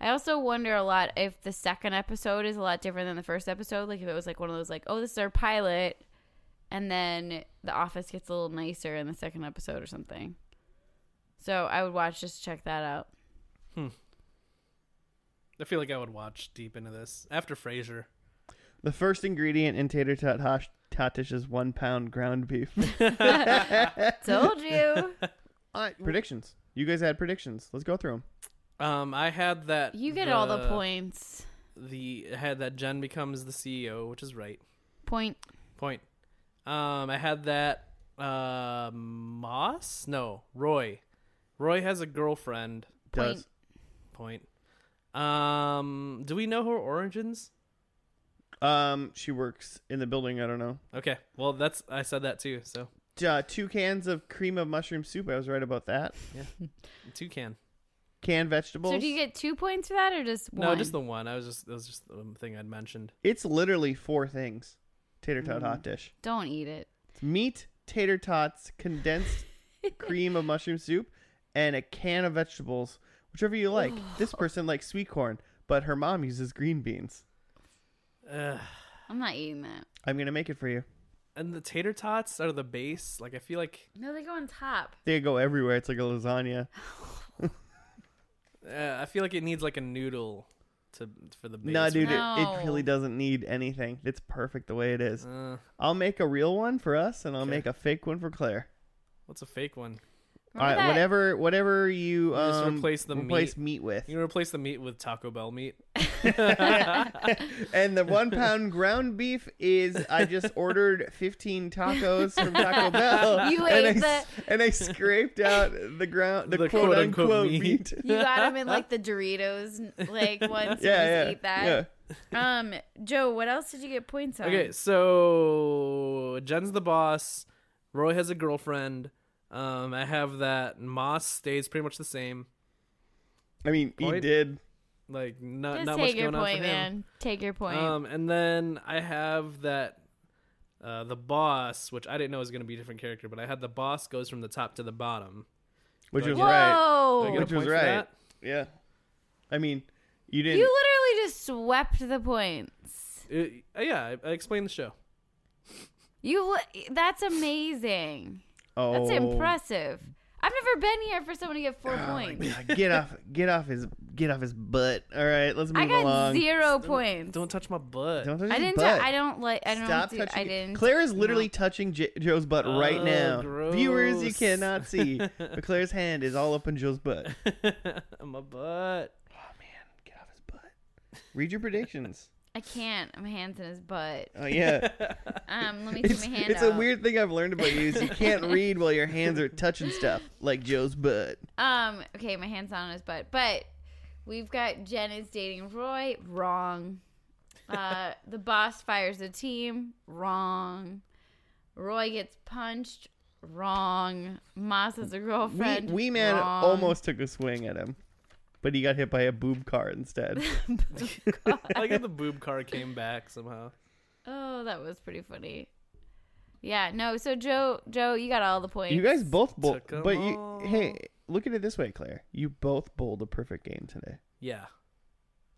Speaker 3: I also wonder a lot if the second episode is a lot different than the first episode. Like if it was like one of those like, oh, this is our pilot, and then the office gets a little nicer in the second episode or something. So I would watch just to check that out.
Speaker 2: I feel like I would watch deep into this after Frasier.
Speaker 1: The first ingredient in tater tot hash tot dish is one pound ground beef.
Speaker 3: Told you.
Speaker 1: predictions. You guys had predictions. Let's go through them.
Speaker 2: Um, I had that.
Speaker 3: You get all the points.
Speaker 2: The I had that Jen becomes the CEO, which is right
Speaker 3: Point.
Speaker 2: point. Um, I had that. Uh, Moss? No, Roy. Roy has a girlfriend.
Speaker 3: Point.
Speaker 1: Does
Speaker 2: Point. Um, do we know her origins?
Speaker 1: um she works in the building? I don't know.
Speaker 2: Okay, well that's I said that too. So
Speaker 1: Uh, two cans of cream of mushroom soup. I was right about that.
Speaker 2: toucan.
Speaker 1: Canned vegetables.
Speaker 3: So do you get two points for that or just one?
Speaker 2: No, just the one. I was just that was just the um, thing I'd mentioned.
Speaker 1: it's literally four things. Tater
Speaker 3: Mm.
Speaker 1: tot hot dish.
Speaker 3: Don't eat it.
Speaker 1: meat, tater tots, condensed cream of mushroom soup, and a can of vegetables, whichever you like. this person likes sweet corn, but her mom uses green beans.
Speaker 2: Ugh.
Speaker 3: I'm not eating that.
Speaker 1: I'm gonna make it for you.
Speaker 2: And the tater tots are the base. Like I feel like
Speaker 3: No, they go on top.
Speaker 1: They go everywhere. It's like a lasagna.
Speaker 2: uh, I feel like it needs like a noodle to for the base.
Speaker 1: No, dude, It,
Speaker 3: No.
Speaker 1: it really doesn't need anything. It's perfect the way it is.
Speaker 2: Uh,
Speaker 1: I'll make a real one for us, and I'll
Speaker 2: Okay.
Speaker 1: make a fake one for Claire.
Speaker 2: what's a fake one?
Speaker 1: All right,
Speaker 3: Remember that-
Speaker 1: whatever, whatever you
Speaker 2: just
Speaker 1: um,
Speaker 2: replace the
Speaker 1: replace meat with,
Speaker 2: You can replace the meat with Taco Bell meat.
Speaker 1: and the one pound ground beef is I just ordered 15 tacos from Taco Bell.
Speaker 3: You
Speaker 1: and
Speaker 3: ate
Speaker 1: I,
Speaker 3: the-
Speaker 1: s- and I scraped out the ground, the,
Speaker 2: The
Speaker 1: quote,
Speaker 2: quote-unquote
Speaker 1: unquote meat.
Speaker 2: meat.
Speaker 3: You got them in like the Doritos, like once.
Speaker 1: Yeah, yeah,
Speaker 3: you just ate that. Um, Joe, what else did you get points on?
Speaker 2: Okay, so Jen's the boss. Roy has a girlfriend. Um, I have that Moss stays pretty much the same.
Speaker 1: I mean, he
Speaker 2: Point.
Speaker 1: did.
Speaker 2: Like not
Speaker 3: Just
Speaker 2: not
Speaker 3: take
Speaker 2: much
Speaker 3: your
Speaker 2: going on for
Speaker 3: point,
Speaker 2: him.
Speaker 3: man. Take your point.
Speaker 2: Um, and then I have that uh, the boss, which I didn't know was going to be a different character, but I had the boss goes from the top to the bottom.
Speaker 1: Which was
Speaker 2: Whoa!
Speaker 1: right.
Speaker 3: Whoa!
Speaker 2: Do I get
Speaker 1: Which
Speaker 2: a
Speaker 1: was
Speaker 2: point for
Speaker 1: right.
Speaker 2: that?
Speaker 1: Yeah. I mean, you didn't.
Speaker 3: you literally just swept the points.
Speaker 2: It- uh, yeah, I, I explained the show.
Speaker 3: You li- that's amazing.
Speaker 1: oh.
Speaker 3: That's impressive. I've never been here for someone to get four
Speaker 1: Oh my
Speaker 3: points.
Speaker 1: God, Get off, get off his, get off his butt. All right, let's move
Speaker 3: I got
Speaker 1: along.
Speaker 3: 0 points.
Speaker 2: Don't touch my butt.
Speaker 1: Don't touch
Speaker 3: I
Speaker 1: his
Speaker 3: didn't.
Speaker 1: butt.
Speaker 3: I don't like. I don't.
Speaker 1: Stop
Speaker 3: do,
Speaker 1: touching.
Speaker 3: I
Speaker 1: it.
Speaker 3: didn't.
Speaker 1: Claire is literally touching J- Joe's butt right
Speaker 2: Oh,
Speaker 1: now. Viewers, you
Speaker 2: gross.
Speaker 1: cannot see, but Claire's hand is all up in Joe's butt. Oh
Speaker 2: my butt.
Speaker 1: man, get off his butt. Read your predictions.
Speaker 3: I can't. My hands in his butt.
Speaker 1: Oh yeah,
Speaker 3: Um, let me
Speaker 1: it's,
Speaker 3: see my hand.
Speaker 1: it's a
Speaker 3: out.
Speaker 1: weird thing I've learned about you is you can't read while your hands are touching stuff like Joe's butt.
Speaker 3: Um, okay, my hand's not on his butt, but we've got Jen is dating Roy. Wrong. Uh, the boss fires the team. Wrong. Roy gets punched. Wrong. Moss has a
Speaker 1: We,
Speaker 3: girlfriend.
Speaker 1: we man
Speaker 3: wrong.
Speaker 1: almost took a swing at him, but he got hit by a boob car instead.
Speaker 2: I like how the boob car came back somehow.
Speaker 3: Oh, that was pretty funny. Yeah. No. So Joe, Joe, you got all the points.
Speaker 1: you guys both bowled,
Speaker 2: Took 'em
Speaker 1: but you
Speaker 2: all.
Speaker 1: hey, look at it this way, Claire. You both bowled a perfect game today.
Speaker 2: Yeah.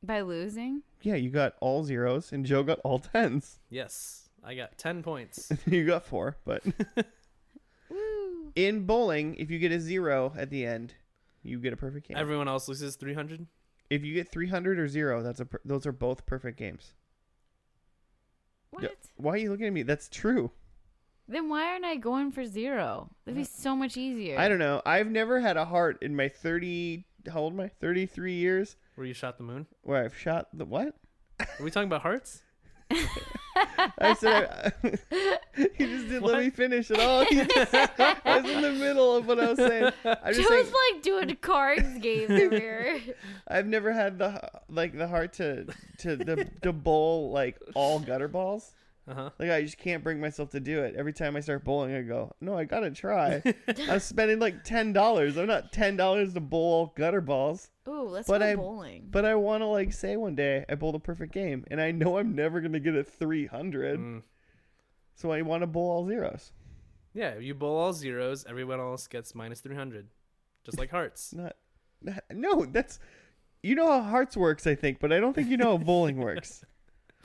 Speaker 3: By losing?
Speaker 1: Yeah, you got all zeros, and Joe got all tens.
Speaker 2: Yes, I got ten points.
Speaker 1: you got four, but
Speaker 3: Woo.
Speaker 1: in bowling, if you get a zero at the end, you get a perfect game.
Speaker 2: Everyone else loses three hundred.
Speaker 1: if you get three hundred or zero, that's a per- those are both perfect games.
Speaker 3: What?
Speaker 1: Yeah. Why are you looking at me? That's true.
Speaker 3: Then why aren't I going for zero? That'd be so much easier.
Speaker 1: Uh, I don't know. I've never had a heart in my thirty. How old am I? Thirty three years
Speaker 2: Where you shot the moon?
Speaker 1: where I've shot the what?
Speaker 2: Are we talking about hearts?
Speaker 1: I said I, he just didn't let me finish at all. He just- I was in the middle of what I was saying. I'm
Speaker 3: Joe's
Speaker 1: just saying,
Speaker 3: like doing cards games over here.
Speaker 1: I've never had the like the heart to to the to bowl like all gutter balls.
Speaker 2: Uh huh.
Speaker 1: Like I just can't bring myself to do it. Every time I start bowling, I go, "No, I gotta try." I'm spending like ten dollars. I'm not ten dollars to bowl all gutter balls,
Speaker 3: Ooh, let's
Speaker 1: But
Speaker 3: go
Speaker 1: I-
Speaker 3: bowling.
Speaker 1: but I want to like say one day I bowled a perfect game, and I know I'm never gonna get a three hundred.
Speaker 2: Mm.
Speaker 1: So I want to bowl all zeros.
Speaker 2: Yeah, you bowl all zeros. Everyone else gets minus three hundred, just like hearts.
Speaker 1: It's not. that- No, that's. You know how hearts works, I think, but I don't think you know how bowling works.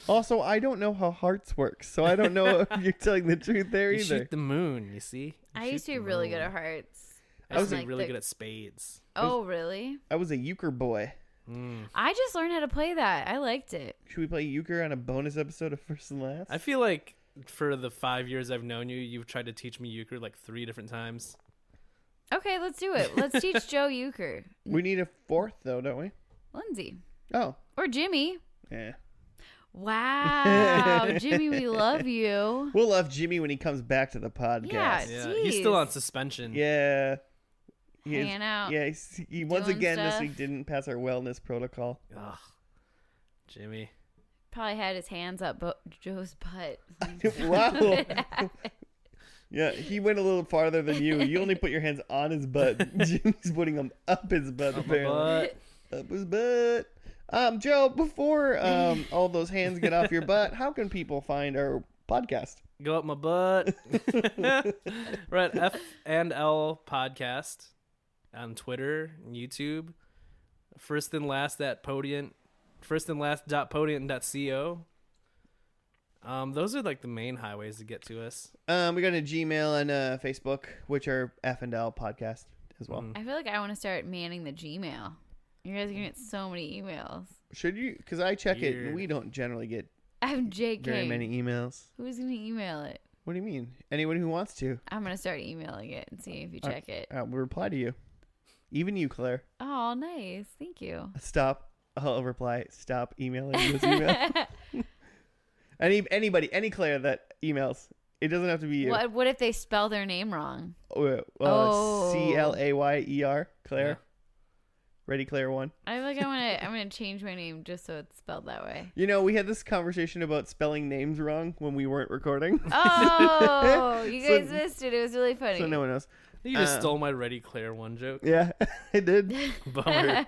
Speaker 1: Also, I don't know how hearts works, so I don't know if you're telling the truth there
Speaker 2: You
Speaker 1: either.
Speaker 2: shoot the moon. You see? You
Speaker 3: I used to
Speaker 2: shoot
Speaker 3: be
Speaker 2: the
Speaker 3: really
Speaker 2: moon.
Speaker 3: good at hearts.
Speaker 2: I used to
Speaker 3: And,
Speaker 2: be
Speaker 3: like,
Speaker 2: really
Speaker 3: the-
Speaker 2: good at spades.
Speaker 3: Oh, really?
Speaker 1: I was a euchre boy.
Speaker 2: Mm.
Speaker 3: I just learned how to play that. I liked it.
Speaker 1: Should we play euchre on a bonus episode of First and Last?
Speaker 2: I feel like for the five years I've known you, you've tried to teach me euchre like three different times.
Speaker 3: Okay, let's do it. Let's teach Joe Euchre,
Speaker 1: we need a fourth, though, don't we?
Speaker 3: Lindsay,
Speaker 1: Oh,
Speaker 3: or Jimmy.
Speaker 1: yeah.
Speaker 3: Wow, Jimmy, we love you.
Speaker 1: We'll love Jimmy when he comes back to the podcast.
Speaker 2: Yeah, he's still
Speaker 3: Jeez.
Speaker 2: on suspension.
Speaker 1: Yeah. He is-
Speaker 3: Hanging out.
Speaker 1: Yeah, he's, he once
Speaker 3: Doing
Speaker 1: again this
Speaker 3: stuff.
Speaker 1: week didn't pass our wellness protocol.
Speaker 2: Ugh. Jimmy.
Speaker 3: Probably had his hands up bo- Joe's butt.
Speaker 1: wow. yeah, he went a little farther than you. You only put your hands on his butt. Jimmy's putting them up his butt,
Speaker 2: Up my
Speaker 1: apparently.
Speaker 2: butt.
Speaker 1: Up his butt. Um, Joe, before um, all those hands get off your butt, how can people find our podcast?
Speaker 2: Go up my butt. We're at F and L podcast on Twitter, and YouTube. First and last at Podient. First and last dot podient dot co. Um, those are like the main highways to get to us.
Speaker 1: Um, we got a Gmail and a Facebook, which are F and L podcast as well.
Speaker 3: I feel like I want to start manning the Gmail. You guys are gonna get so many emails.
Speaker 1: Should you? Because I check it,
Speaker 2: Weird.
Speaker 1: and we don't generally get
Speaker 3: I'm JK.
Speaker 1: very many emails.
Speaker 3: Who's gonna email it?
Speaker 1: What do you mean? Anyone who wants to,
Speaker 3: I'm gonna start emailing it and see if you check it.
Speaker 1: uh, we reply to you. Even you, Claire.
Speaker 3: Oh, nice. Thank you.
Speaker 1: stop i'll reply stop emailing this email any anybody any claire that emails it doesn't have to be you
Speaker 3: What what if they spell their name wrong?
Speaker 1: Uh,
Speaker 3: Oh.
Speaker 1: c-l-a-y-e-r E claire
Speaker 2: Yeah.
Speaker 1: ready claire one
Speaker 3: I feel like I wanna I'm gonna change my name just so it's spelled that way.
Speaker 1: you know we had this conversation about spelling names wrong when we weren't recording
Speaker 3: Oh you
Speaker 1: So-
Speaker 3: guys missed it. It was really funny.
Speaker 1: so no one else
Speaker 2: You just
Speaker 1: Uh.
Speaker 2: stole my Ready Claire one joke.
Speaker 1: yeah i did
Speaker 2: Bummer.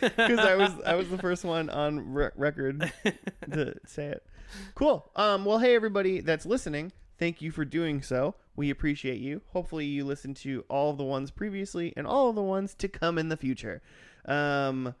Speaker 1: because i was i was the first one on re- record to say it. Cool. Um, well, hey, everybody that's listening, thank you for doing so. We appreciate you. Hopefully, you listened to all of the ones previously and all of the ones to come in the future. Um,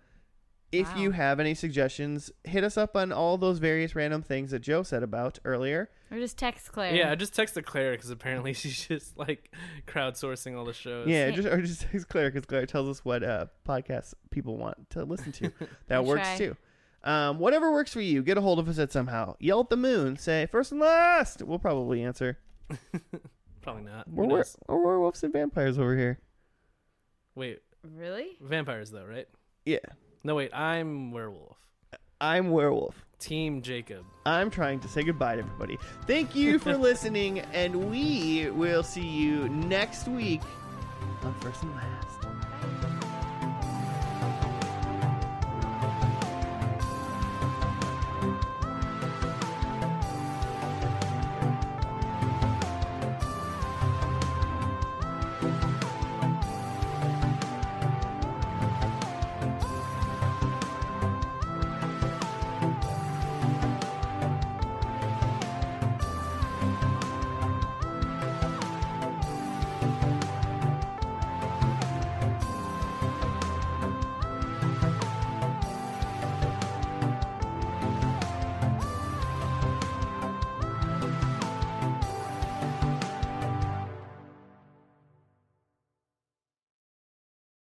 Speaker 1: if
Speaker 3: Wow.
Speaker 1: you have any suggestions, hit us up on all those various random things that Joe said about earlier.
Speaker 3: Or just text Claire.
Speaker 2: yeah, I just texted Claire because apparently she's just like crowdsourcing all the shows.
Speaker 1: Yeah, just or just text Claire because Claire tells us what uh, podcasts people want to listen to. That works
Speaker 3: try.
Speaker 1: too. Um, whatever works for you, get a hold of us at somehow. Yell at the moon, say first and last. We'll probably answer.
Speaker 2: Probably not.
Speaker 1: We're,
Speaker 2: Who
Speaker 1: were,
Speaker 2: knows?
Speaker 1: we're werewolves and vampires over here.
Speaker 2: Wait,
Speaker 3: Really?
Speaker 2: vampires though, right?
Speaker 1: Yeah.
Speaker 2: No, wait, I'm werewolf.
Speaker 1: I'm werewolf.
Speaker 2: Team Jacob.
Speaker 1: I'm trying to say goodbye to everybody. Thank you for listening, and we will see you next week on First and Last.